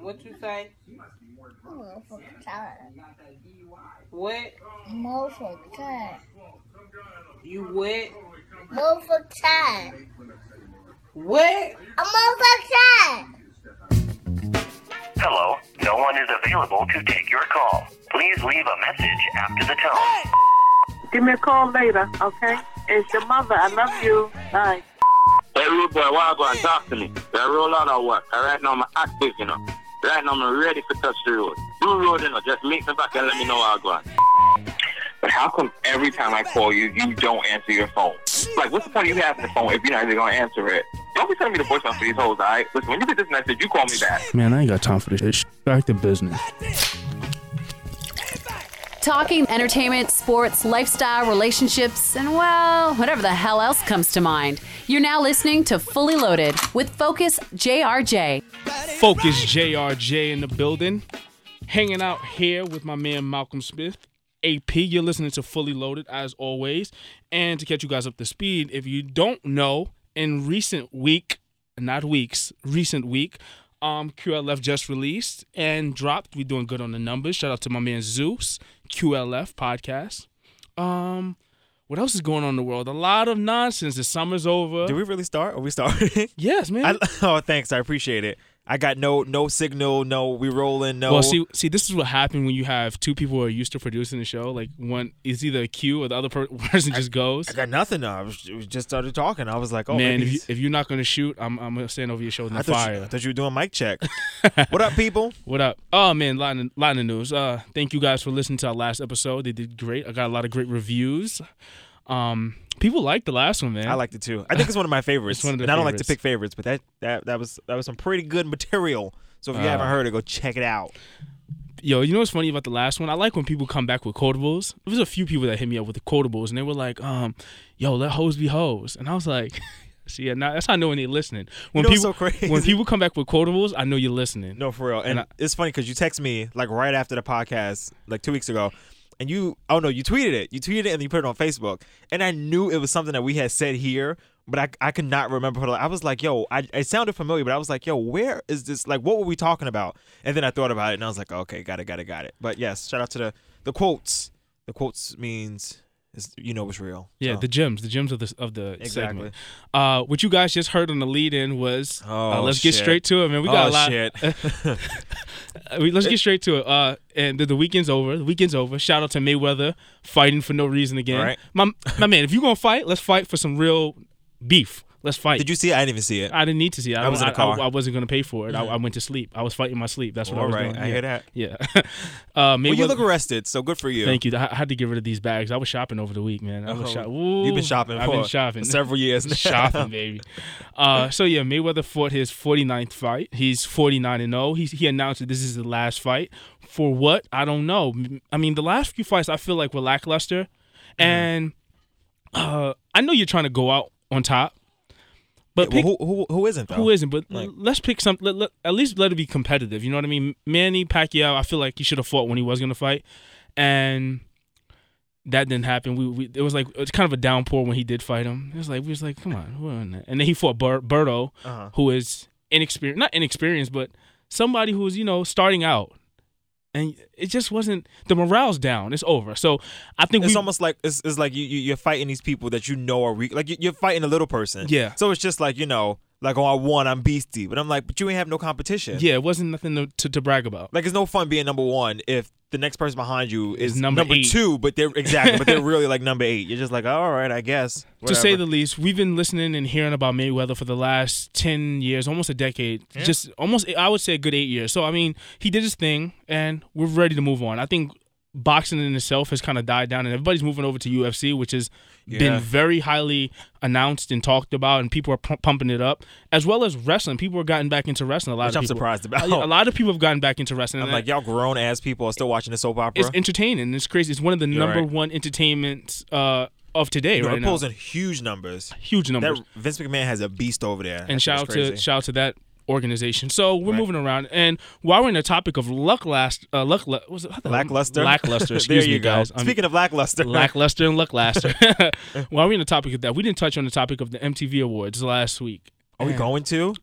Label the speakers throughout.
Speaker 1: What you say?
Speaker 2: Most of the time.
Speaker 1: What?
Speaker 2: Most of the time.
Speaker 1: You what?
Speaker 2: Most of the time.
Speaker 1: What?
Speaker 2: I'm most of the time.
Speaker 3: Hello, no one is available to take your call. Please leave a message after the tone.
Speaker 4: Give me a call later, okay? It's your mother. I love you. Bye.
Speaker 5: Hey, rude boy, why go and talk to me? They roll out of work. And right now, I'm active, you know. Right now, I'm ready to touch the road. Do road, you know. Just meet me back and let me know how I go on.
Speaker 6: But how come every time I call you, you don't answer your phone? Like, what's the point of you having the phone if you're not even gonna answer it? Don't be sending me the voicemail for these hoes, alright? Listen, when you get this message, you call me back.
Speaker 7: Man, I ain't got time for this shit. Back to business.
Speaker 8: Talking entertainment, sports, lifestyle, relationships, and well, whatever the hell else comes to mind. You're now listening to Fully Loaded with Focus JRJ.
Speaker 9: Focus JRJ in the building. Hanging out here with my man Malcolm Smith. AP, you're listening to Fully Loaded as always. And to catch you guys up to speed, if you don't know, in recent week, not weeks, recent week, um, QLF just released and dropped. We're doing good on the numbers. Shout out to my man Zeus, QLF podcast. Um, what else is going on in the world? A lot of nonsense. The summer's over.
Speaker 10: Did we really start? Are we starting?
Speaker 9: yes, man.
Speaker 10: I, oh, thanks. I appreciate it. I got no no signal. No, we rolling. No.
Speaker 9: Well, see, see, this is what happened when you have two people who are used to producing the show. Like one is either a cue or the other per- person just goes.
Speaker 10: I got nothing. I was, we just started talking. I was like, oh
Speaker 9: Man,
Speaker 10: maybe
Speaker 9: if, you,
Speaker 10: he's-
Speaker 9: if you're not gonna shoot, I'm, I'm gonna stand over your shoulder
Speaker 10: I
Speaker 9: and
Speaker 10: thought, you, I
Speaker 9: fire.
Speaker 10: thought you were doing mic check. what up, people?
Speaker 9: What up? Oh man, lot of, lot of news. Uh, thank you guys for listening to our last episode. They did great. I got a lot of great reviews. Um, people liked the last one, man.
Speaker 10: I liked it too. I think it's one of my favorites.
Speaker 9: It's one of the
Speaker 10: and I don't like to
Speaker 9: favorites.
Speaker 10: pick favorites, but that that that was that was some pretty good material. So if you
Speaker 9: Uh.
Speaker 10: haven't heard it, go check it out.
Speaker 9: Yo, you know what's funny about the last one? I like when people come back with quotables. There was a few people that hit me up with the quotables, and they were like, um, "Yo, let hoes be hoes," and I was like, "See, yeah, now, that's how I know when they're listening. When
Speaker 10: know what's
Speaker 9: people
Speaker 10: so crazy?
Speaker 9: when people come back with quotables, I know you're listening.
Speaker 10: No, for real. And,
Speaker 9: And I-
Speaker 10: it's funny because you text me like right after the podcast, like two weeks ago, and you oh no, you tweeted it. You tweeted it and you put it on Facebook. And I knew it was something that we had said here, but I I could not remember. I was like, yo, I it sounded familiar, but I was like, yo, where is this? Like, what were we talking about? And then I thought about it and I was like, okay, got it, got it, got it. But yes, shout out to the the quotes. The quotes means it's, you know it's real.
Speaker 9: Yeah,
Speaker 10: So,
Speaker 9: the gems, the gems of the of the
Speaker 10: Exactly.
Speaker 9: segment. Uh, what you guys just heard on the lead in was uh,
Speaker 10: Oh,
Speaker 9: let's get
Speaker 10: shit.
Speaker 9: straight to it, man. We got
Speaker 10: Oh,
Speaker 9: a lot. Uh,
Speaker 10: shit.
Speaker 9: We- let's get straight to it. Uh, and the, the weekend's over. The weekend's over. Shout out to Mayweather fighting for no reason again.
Speaker 10: Right.
Speaker 9: My my man, if you gonna fight, let's fight for some real beef. Let's fight.
Speaker 10: Did you see? it? I didn't even see it.
Speaker 9: I didn't need to see. it. I,
Speaker 10: I was in
Speaker 9: I,
Speaker 10: the car.
Speaker 9: I, wasn't gonna pay for it. I, I went to sleep. I was fighting my sleep. That's what I
Speaker 10: All
Speaker 9: was
Speaker 10: right,
Speaker 9: doing.
Speaker 10: I
Speaker 9: yeah.
Speaker 10: hear that.
Speaker 9: Yeah. uh, Mayweather.
Speaker 10: Well, you look arrested, so good for you.
Speaker 9: Thank you. I I had to get rid of these bags. I was shopping over the week, man. I was
Speaker 10: Oh,
Speaker 9: shop-
Speaker 10: You've
Speaker 9: Ooh,
Speaker 10: been shopping.
Speaker 9: I've
Speaker 10: for
Speaker 9: been shopping.
Speaker 10: several years now.
Speaker 9: shopping, baby. Uh, so yeah, Mayweather fought his 49th fight. He's 49 and 0. He he announced that this is the last fight. For what? I don't know. M- I mean, the last few fights I feel like were lackluster,
Speaker 10: Mm.
Speaker 9: and uh, I know you're trying to go out on top, but
Speaker 10: Well,
Speaker 9: pick,
Speaker 10: who, who who isn't though?
Speaker 9: who isn't? But
Speaker 10: Like-
Speaker 9: let's pick some. Let, let- at least let it be competitive. You know what I mean? Manny Pacquiao. I feel like he should have fought when he was gonna fight, and that didn't happen. We, we it was like it's kind of a downpour when he did fight him. It was like we was like, come on, who on that? And then he fought Bur- Berto,
Speaker 10: Uh-huh.
Speaker 9: who is inexperienced, not inexperienced, but somebody who was you know starting out. And it just wasn't the morale's down. It's over. So I think
Speaker 10: It's
Speaker 9: we
Speaker 10: almost like it's, it's like you, you you're fighting these people that you know are weak. Like you, you're fighting a little person.
Speaker 9: Yeah.
Speaker 10: So it's just like you know, like oh I won, I'm beastie, but I'm like, but you ain't have no competition.
Speaker 9: yeah, it wasn't nothing to, to, to brag about.
Speaker 10: Like it's no fun being number one if the next person behind you is
Speaker 9: number eight.
Speaker 10: two, but they're exactly, but they're really like number eight. You're just like, all right, I guess.
Speaker 9: to say the least, we've been listening and hearing about Mayweather for the last 10 years, almost a decade. Just almost, I would say, a good eight years. So, I mean, he did his thing, and we're ready to move on. I think boxing in itself has kind of died down, and everybody's moving over to UFC, which has
Speaker 10: Yeah.
Speaker 9: been very highly announced and talked about, and people are pu- pumping it up, as well as wrestling. People are gotten back into wrestling. A lot
Speaker 10: Which
Speaker 9: of
Speaker 10: I'm
Speaker 9: people.
Speaker 10: surprised about.
Speaker 9: A lot of people have gotten back into wrestling.
Speaker 10: I'm
Speaker 9: and
Speaker 10: like y'all grown ass people are still watching the soap opera.
Speaker 9: it's entertaining. It's crazy. It's one of the
Speaker 10: You're
Speaker 9: number
Speaker 10: right.
Speaker 9: one entertainments uh, of today,
Speaker 10: You know,
Speaker 9: right
Speaker 10: it
Speaker 9: now.
Speaker 10: pulls in huge numbers.
Speaker 9: Huge numbers.
Speaker 10: That Vince McMahon has a beast over there. That
Speaker 9: and
Speaker 10: shit
Speaker 9: shout
Speaker 10: is
Speaker 9: out to
Speaker 10: crazy.
Speaker 9: shout out to that organization. So we're
Speaker 10: Right.
Speaker 9: moving around, and while we're in the topic of luck last, uh, luck, was it, what the-
Speaker 10: lackluster.
Speaker 9: lackluster.
Speaker 10: there
Speaker 9: Excuse
Speaker 10: you
Speaker 9: me,
Speaker 10: go.
Speaker 9: guys. I'm-
Speaker 10: Speaking of lackluster,
Speaker 9: lackluster and luck laster. while we're in the topic of that, we didn't touch on the topic of the MTV Awards last week.
Speaker 10: Are we going to?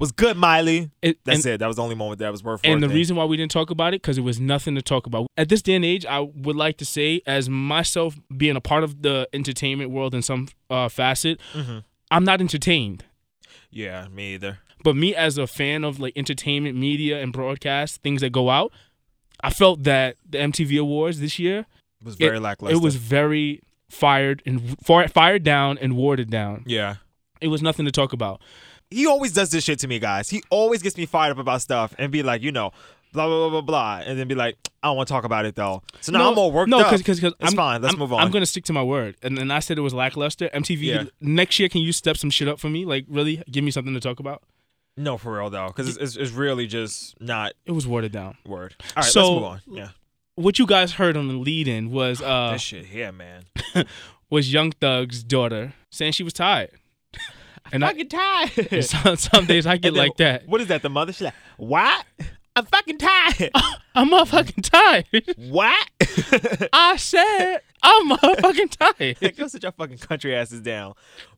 Speaker 10: was good, Miley.
Speaker 9: It-
Speaker 10: That's
Speaker 9: and-
Speaker 10: it. That was the only moment that was worth.
Speaker 9: And the
Speaker 10: worth it.
Speaker 9: reason why we didn't talk about it because it was nothing to talk about. At this day and age, I would like to say, as myself being a part of the entertainment world in some uh, facet,
Speaker 10: Mm-hmm.
Speaker 9: I'm not entertained.
Speaker 10: Yeah, me either.
Speaker 9: But me as a fan of like entertainment media and broadcast things that go out, I felt that the MTV Awards this year
Speaker 10: It was very
Speaker 9: it,
Speaker 10: lackluster.
Speaker 9: It was very fired and far, fired down and watered down.
Speaker 10: Yeah.
Speaker 9: It was nothing to talk about.
Speaker 10: He always does this shit to me, guys. He always gets me fired up about stuff and be like, you know, blah blah blah blah blah, and then be like, I don't want to talk about it though. So now I'm all worked
Speaker 9: no,
Speaker 10: up.
Speaker 9: because because
Speaker 10: it's fine. Let's
Speaker 9: I'm,
Speaker 10: move on.
Speaker 9: I'm gonna stick to my word, and then I said it was lackluster. MTV
Speaker 10: Yeah.
Speaker 9: next year, can you step some shit up for me? Like really, give me something to talk about.
Speaker 10: No, for real though, because it's, it's it's really just not
Speaker 9: It was watered down.
Speaker 10: word. All right,
Speaker 9: So-
Speaker 10: let's move on. Yeah,
Speaker 9: What you guys heard on the lead-in was uh
Speaker 10: that shit here, man.
Speaker 9: was Young Thug's daughter saying she was tired, and I
Speaker 10: fucking tired.
Speaker 9: some, some days I get
Speaker 10: And then-
Speaker 9: like that.
Speaker 10: What is that? The mother? She's like, what? I'm fucking tired.
Speaker 9: I'm motherfucking tired.
Speaker 10: what?
Speaker 9: I said I'm motherfucking tired.
Speaker 10: Like, go sit your fucking country asses down.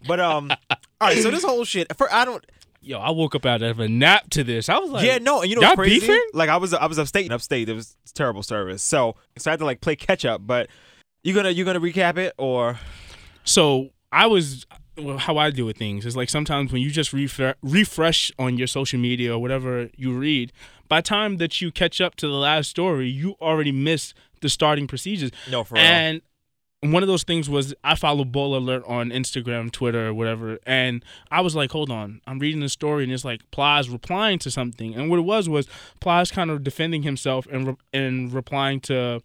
Speaker 10: But um, all right. So this whole shit. For I don't.
Speaker 9: Yo, I woke up out of a nap to this. I was like,
Speaker 10: yeah, no. And you know,
Speaker 9: y'all
Speaker 10: what's crazy?
Speaker 9: beefing?
Speaker 10: Like I was, I was upstate, upstate. It was terrible service. So, so I had to like play catch up. But you gonna, you gonna recap it or?
Speaker 9: So I was well, how I deal with things is like sometimes when you just refre- refresh on your social media or whatever you read, by the time that you catch up to the last story, you already missed the starting procedures.
Speaker 10: No, for
Speaker 9: And one of those things was I follow Bull Alert on Instagram, Twitter, or whatever, and I was like, hold on, I'm reading the story, and it's like Plies replying to something, and what it was was Plies kind of defending himself and re- and replying to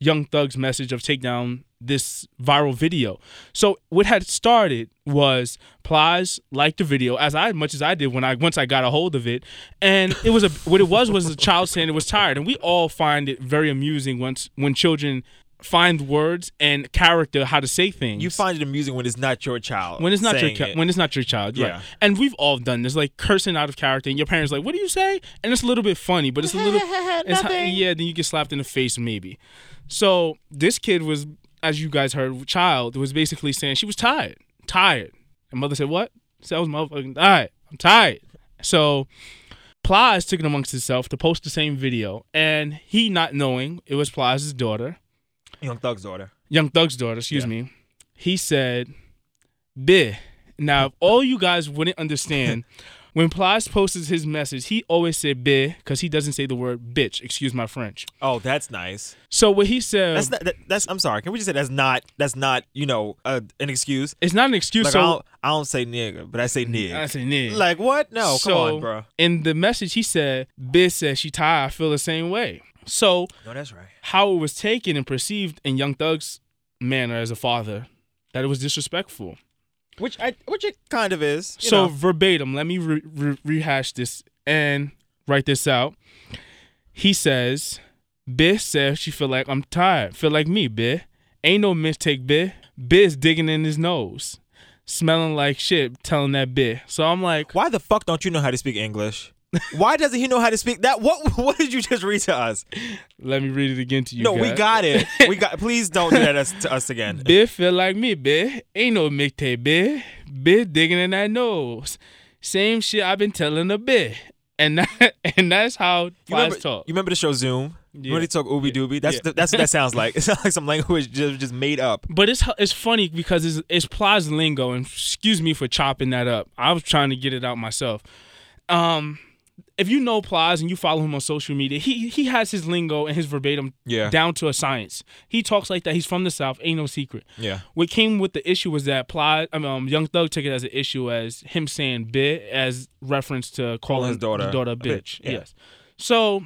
Speaker 9: Young Thug's message of take down this viral video. So what had started was Plies liked the video as I much as I did when I once I got a hold of it, and it was a what it was was a child saying it was tired, and we all find it very amusing once when children find words and character how to say things.
Speaker 10: You find it amusing when it's not your child.
Speaker 9: when it's not your
Speaker 10: saying
Speaker 9: chi-
Speaker 10: it.
Speaker 9: when it's not your child, right.
Speaker 10: Yeah.
Speaker 9: And we've all done this, like cursing out of character, and your parents like, "What do you say?" And it's a little bit funny, but it's a little, it's ho- yeah. Then you get slapped in the face, maybe. So this kid was, as you guys heard, child was basically saying she was tired, tired. And mother said, "What?" So I was motherfucking tired. I'm tired. So Plies took it amongst himself to post the same video, and he not knowing it was Plies' daughter.
Speaker 10: Young Thug's daughter.
Speaker 9: Young Thug's daughter, excuse
Speaker 10: Yeah.
Speaker 9: me, he said, Bih. Now, if all you guys wouldn't understand, when Plies posts his message, he always said bih because he doesn't say the word bitch, excuse my French.
Speaker 10: Oh, that's nice.
Speaker 9: So what he said,
Speaker 10: That's not. That, that's. I'm sorry. Can we just say that's not? That's not. You know, uh, an excuse.
Speaker 9: it's not an excuse.
Speaker 10: Like I,
Speaker 9: so
Speaker 10: don't, I don't say nigga, but I say nig.
Speaker 9: I said, "Nig."
Speaker 10: Like what? No, come
Speaker 9: so
Speaker 10: on, bro.
Speaker 9: In the message, he said, bih says she tired, I feel the same way. So
Speaker 10: No, that's right.
Speaker 9: how it was taken and perceived in Young Thug's manner as a father, that it was disrespectful.
Speaker 10: Which I, which it kind of is. you
Speaker 9: so
Speaker 10: know.
Speaker 9: verbatim, let me re- re- rehash this and write this out. He says, "Biz says she feel like I'm tired, feel like me, Biz. Ain't no mistake, Biz. Biz digging in his nose, smelling like shit, telling that Biz. So I'm like,
Speaker 10: why the fuck don't you know how to speak English? why doesn't he know how to speak that? What What did you just read to us?
Speaker 9: let me read it again to you.
Speaker 10: no, we
Speaker 9: guys.
Speaker 10: got it. We got. Please don't do that us, to us again.
Speaker 9: Biz feel like me, Biz. Ain't no mistake, Biz. Biz digging in that nose. Same shit I've been telling a Biz, and that, and that's how
Speaker 10: You remember,
Speaker 9: class talk.
Speaker 10: you remember the show Zoom?
Speaker 9: Yeah.
Speaker 10: You When they talk Ooby Dooby, that's the, that's what that sounds like. It sounds like some language just, just made up.
Speaker 9: But it's it's funny because it's it's Plaza lingo, and excuse me for chopping that up. I was trying to get it out myself. Um, if you know Plaza and you follow him on social media, he he has his lingo and his verbatim
Speaker 10: Yeah.
Speaker 9: down to a science. He talks like that. He's from the South. Ain't no secret.
Speaker 10: Yeah.
Speaker 9: What came with the issue was that Plaza, I mean, um, Young Thug took it as an issue as him saying "bit" as reference to calling
Speaker 10: his daughter
Speaker 9: daughter
Speaker 10: a
Speaker 9: a bitch.
Speaker 10: bitch, yeah.
Speaker 9: Yes. So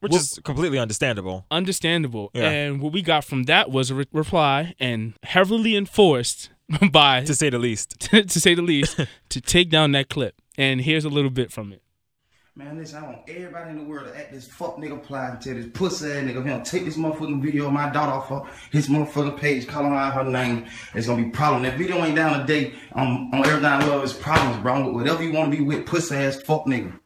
Speaker 10: Which
Speaker 9: Well-
Speaker 10: is completely understandable.
Speaker 9: understandable.
Speaker 10: Yeah.
Speaker 9: And what we got from that was a re- reply and heavily enforced by,
Speaker 10: To say the least.
Speaker 9: to, say the least, to take down that clip. And here's a little bit from it.
Speaker 11: Man, listen, I want everybody in the world to act this fuck nigga ply and tell this pussy ass nigga, him take this motherfucking video of my daughter off her, his motherfucking page, calling her out her name. It's gonna be problem. That video ain't down to date on, on everything I love is problems, bro. Whatever you wanna be with, pussy ass fuck nigga.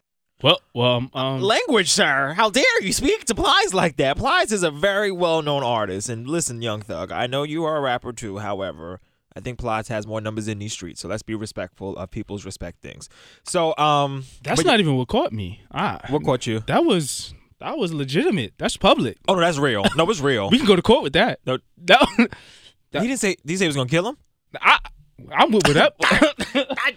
Speaker 9: Well, well, um, um,
Speaker 10: Language, sir. How dare you speak to Plies like that? Plies is a very well known artist. And listen, Young Thug, I know you are a rapper too, however. I think Plots has more numbers in these streets. So let's be respectful of people's respect things. So um
Speaker 9: That's not even what caught me. Ah,
Speaker 10: what caught you?
Speaker 9: That was that was legitimate. That's public.
Speaker 10: Oh no, that's real. No, it's real.
Speaker 9: we can go to court with that.
Speaker 10: No,
Speaker 9: that,
Speaker 10: he didn't say. Did he say he was gonna kill him?
Speaker 9: I I'm with with that.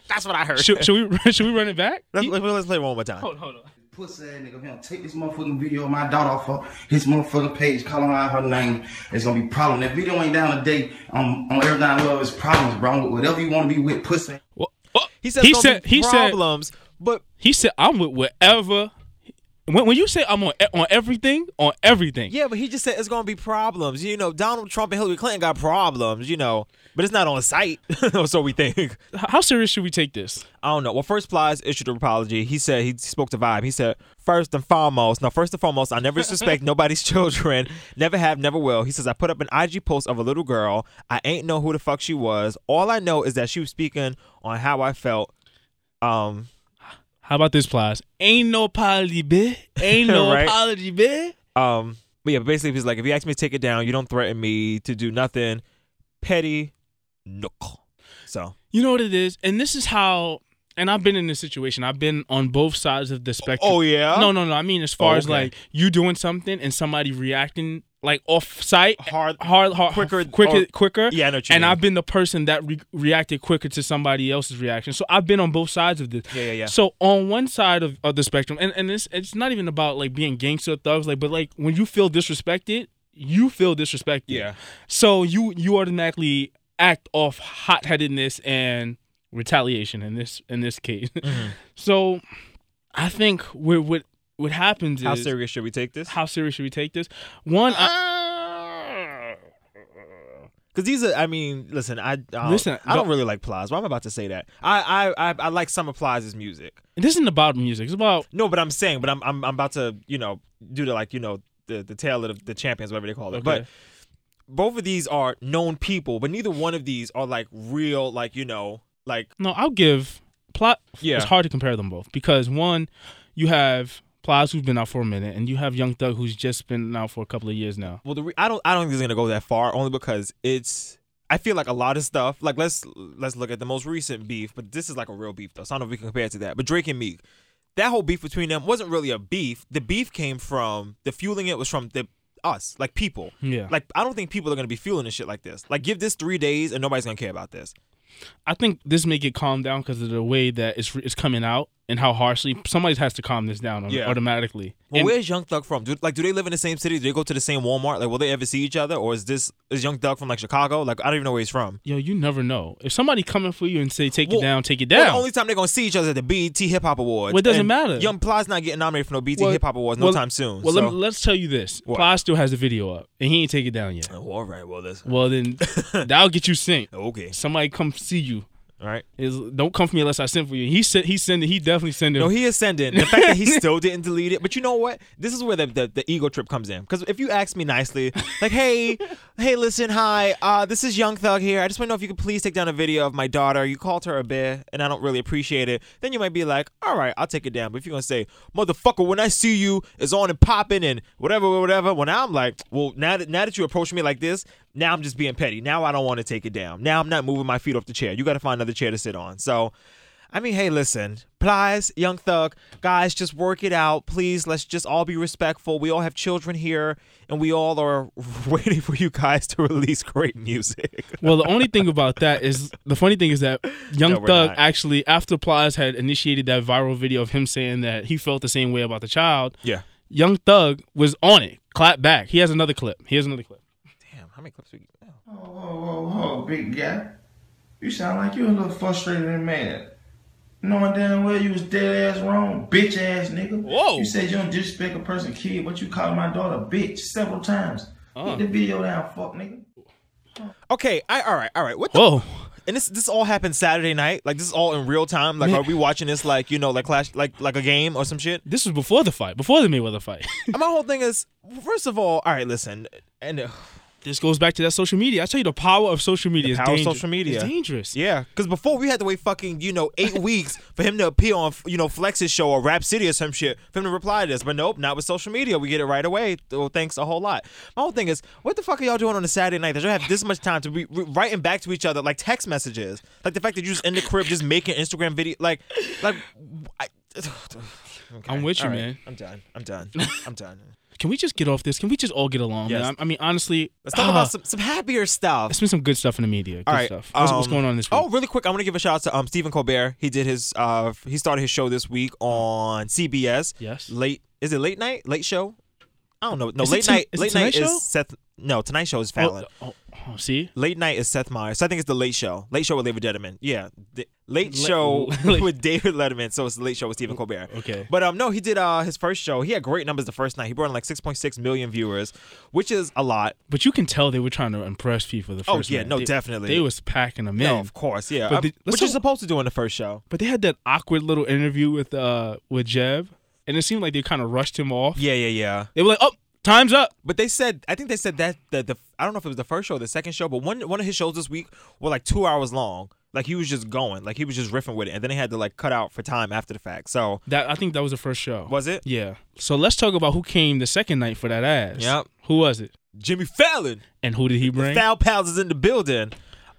Speaker 10: that's what I heard.
Speaker 9: should, should we should we run it back?
Speaker 10: Let's, let's play one more time.
Speaker 9: Hold, hold on.
Speaker 11: Pussy ass nigga, gonna take this motherfucking video of my daughter off of his motherfucking page, calling out her name. It's gonna be problem. That video ain't down to date on on everything I love is problems, bro. Whatever you wanna be with, pussy.
Speaker 10: He said
Speaker 9: oh, He
Speaker 10: it's gonna
Speaker 9: said-
Speaker 10: be
Speaker 9: he said-
Speaker 10: problems, but
Speaker 9: He said I'm with whatever. When, when you say I'm on e- on everything, on everything.
Speaker 10: yeah, but he just said it's gonna be problems. You know, Donald Trump and Hillary Clinton got problems. You know, but it's not on site, or so we think.
Speaker 9: H- How serious should we take this?
Speaker 10: I don't know. Well, first Plies issued an apology. He said he spoke to Vibe. He said, first and foremost, now first and foremost, I never suspect nobody's children. Never have, never will. He says, I put up an IG post of a little girl. I ain't know who the fuck she was. All I know is that she was speaking on how I felt. Um,
Speaker 9: How about this, Plies? Ain't no apology, bitch. Ain't no
Speaker 10: Right.
Speaker 9: apology, bitch.
Speaker 10: um, but yeah, basically he's like, if you ask me to take it down, you don't threaten me to do nothing. Petty nook. So
Speaker 9: You know what it is, and this is how. And I've been in this situation. I've been on both sides of the spectrum.
Speaker 10: Oh, yeah?
Speaker 9: No, no, no. I mean, as far
Speaker 10: Oh,
Speaker 9: as
Speaker 10: okay.
Speaker 9: like you doing something and somebody reacting like off site,
Speaker 10: Hard-
Speaker 9: hard, hard,
Speaker 10: quicker-
Speaker 9: quicker,
Speaker 10: or-
Speaker 9: quicker.
Speaker 10: Yeah, I know what you
Speaker 9: And
Speaker 10: mean.
Speaker 9: I've been the person that re- reacted quicker to somebody else's reaction. So I've been on both sides of this.
Speaker 10: Yeah, yeah, yeah.
Speaker 9: So on one side of, of the spectrum, and and it's it's not even about like being gangster or thugs, like, but like when you feel disrespected, you feel disrespected.
Speaker 10: Yeah.
Speaker 9: So you you automatically act off hot headedness and retaliation in this in this case.
Speaker 10: Mm-hmm.
Speaker 9: so I think what what what happens
Speaker 10: how
Speaker 9: is
Speaker 10: serious should we take this?
Speaker 9: how serious should we take this? One, I,
Speaker 10: Because these are, I mean, listen, I I
Speaker 9: Listen,
Speaker 10: I don't
Speaker 9: but-
Speaker 10: really like Plies. Why am I about to say that? I I I, I like some of Plies' music.
Speaker 9: this isn't about music. It's about
Speaker 10: No, but I'm saying, but I'm I'm, I'm about to you know do the like you know the the tale of the, the champions, whatever they call it. But
Speaker 9: Okay.
Speaker 10: both of these are known people, but neither one of these are like real, like you know, like
Speaker 9: no. I'll give plot.
Speaker 10: Yeah.
Speaker 9: It's hard to compare them both because one, you have Plies who's been out for a minute, and you have Young Thug who's just been out for a couple of years now.
Speaker 10: well, the re- I don't I don't think it's gonna go that far, only because it's. I feel like a lot of stuff. Like let's let's look at the most recent beef, but this is like a real beef though. So I don't know if we can compare it to that. But Drake and Meek, that whole beef between them wasn't really a beef. The beef came from the fueling. It was from the us, like people.
Speaker 9: Yeah.
Speaker 10: Like I don't think people are gonna be fueling this shit like this. Like give this three days and nobody's gonna care about this.
Speaker 9: I think this may get calmed down because of the way that it's it's coming out and how harshly somebody has to calm this down
Speaker 10: Yeah.
Speaker 9: automatically.
Speaker 10: Well,
Speaker 9: And-
Speaker 10: where's Young Thug from? Do, like, do they live in the same city? Do they go to the same Walmart? Like, will they ever see each other? Or is this is Young Thug from like Chicago? Like, I don't even know where he's from.
Speaker 9: Yo, you never know. If somebody coming for you and say take
Speaker 10: Well,
Speaker 9: it down, take it
Speaker 10: Well,
Speaker 9: down.
Speaker 10: the only time they're gonna see each other is at the BET Hip Hop Awards.
Speaker 9: Well, it doesn't
Speaker 10: And
Speaker 9: matter.
Speaker 10: Young Plies not getting nominated for no BET
Speaker 9: Well-
Speaker 10: Hip Hop Awards no
Speaker 9: well-
Speaker 10: time soon.
Speaker 9: Well,
Speaker 10: so.
Speaker 9: let me, let's tell you this.
Speaker 10: What?
Speaker 9: Ply still has the video up, and he ain't take it down yet.
Speaker 10: Oh, all right. Well, listen.
Speaker 9: Well, then that'll get you synced.
Speaker 10: Okay.
Speaker 9: Somebody come see you.
Speaker 10: All right.
Speaker 9: Is don't come for me unless I send for you. He said he sending. He definitely sending.
Speaker 10: No, he is sending. The fact that he still didn't delete it, but you know what? This is where the the, the ego trip comes in. Because if you ask me nicely, like, hey, hey, listen, hi, uh, this is Young Thug here. I just want to know if you could please take down a video of my daughter. You called her a bitch, and I don't really appreciate it. Then you might be like, all right, I'll take it down. But if you're gonna say, motherfucker, when I see you, it's on and popping and whatever, whatever. When I'm like, well, now that now that you approach me like this, now I'm just being petty. Now I don't want to take it down. Now I'm not moving my feet off the chair. You got to find another chair to sit on. So. I mean, hey, listen, Plies, Young Thug, guys, just work it out. Please, let's just all be respectful. We all have children here, and we all are waiting for you guys to release great music.
Speaker 9: well, the only thing about that is the funny thing is that Young
Speaker 10: No, we're
Speaker 9: Thug
Speaker 10: not.
Speaker 9: actually after Plies had initiated that viral video of him saying that he felt the same way about the child.
Speaker 10: Yeah.
Speaker 9: Young Thug was on it. Clap back. He has another clip. Here's another clip.
Speaker 10: Damn, how many clips we get? Oh.
Speaker 11: Whoa, whoa, whoa, whoa, big guy. You sound like you a little frustrated and mad. Knowing damn well you was dead ass wrong, bitch ass nigga.
Speaker 9: Whoa.
Speaker 11: You said you don't disrespect a person kid, but you called my daughter a bitch several times. Get the video down, fuck nigga.
Speaker 10: Okay, I all right, all right. What the?
Speaker 9: Whoa.
Speaker 10: And this this all happened Saturday night. Like this is all in real time. Like, are we watching this like you know like clash like like a game or some shit?
Speaker 9: This was before the fight, before the Mayweather fight.
Speaker 10: And my whole thing is, first of all, all right, listen, and uh,
Speaker 9: This goes back to that social media. I tell you, the power of social media is
Speaker 10: Power of
Speaker 9: dangerous.
Speaker 10: social media.
Speaker 9: It's dangerous.
Speaker 10: Yeah, because before we had to wait fucking you know eight weeks for him to appear on you know Flex's show or Rap City or some shit for him to reply to this. But nope, not with social media. We get it right away. Well, thanks a whole lot. My whole thing is, what the fuck are y'all doing on a Saturday night that you have this much time to be re- writing back to each other like text messages? Like the fact that you're just in the crib just making Instagram video. Like, like I,
Speaker 9: I'm with you,
Speaker 10: All right.
Speaker 9: man.
Speaker 10: I'm done. I'm done. I'm done.
Speaker 9: Can we just get off this? Can we just all get along?
Speaker 10: Yes.
Speaker 9: Man? I I mean, honestly,
Speaker 10: Let's talk about some, some happier stuff.
Speaker 9: It's been some good stuff in the media. Good
Speaker 10: All right,
Speaker 9: stuff. What's, what's
Speaker 10: um,
Speaker 9: going on this week?
Speaker 10: Oh, really quick, I want to give a shout out to um Stephen Colbert. He did his uh he started his show this week on CBS.
Speaker 9: Yes.
Speaker 10: Late is it late night? Late show? I don't know. No,
Speaker 9: Is it
Speaker 10: late
Speaker 9: Ton-
Speaker 10: night.
Speaker 9: is it
Speaker 10: late night
Speaker 9: Tonight Show?
Speaker 10: is Seth. No, tonight show is Fallon.
Speaker 9: Oh, oh, see,
Speaker 10: Late night is Seth Meyers. So I think it's the late show. Late show with David Letterman. Yeah. The late
Speaker 9: Le-
Speaker 10: show
Speaker 9: late-
Speaker 10: with David Letterman. So it's the late show with Stephen Colbert.
Speaker 9: Okay.
Speaker 10: But um no, he did uh his first show. He had great numbers the first night. He brought in like 6.6 million viewers, which is a lot.
Speaker 9: but you can tell they were trying to impress people. The
Speaker 10: Oh,
Speaker 9: first
Speaker 10: yeah,
Speaker 9: night.
Speaker 10: no,
Speaker 9: They-
Speaker 10: definitely.
Speaker 9: They was packing them in.
Speaker 10: No, of course, yeah.
Speaker 9: But
Speaker 10: Um,
Speaker 9: the- let's
Speaker 10: which you're
Speaker 9: talk-
Speaker 10: supposed to do in the first show.
Speaker 9: But they had that awkward little interview with uh with Jeb, and it seemed like they kind of rushed him off.
Speaker 10: Yeah, yeah, yeah.
Speaker 9: They were like, "Oh, time's up."
Speaker 10: But they said, I think they said that the, the I don't know if it was the first show, or the second show, but one one of his shows this week were like two hours long. Like he was just going, like he was just riffing with it, and then they had to like cut out for time after the fact. So
Speaker 9: That I think that was the first show.
Speaker 10: was it?
Speaker 9: Yeah. So let's talk about who came the second night for that ass.
Speaker 10: Yep.
Speaker 9: Who was it?
Speaker 10: Jimmy Fallon,
Speaker 9: And who did he bring?
Speaker 10: Foul Pals is in the building.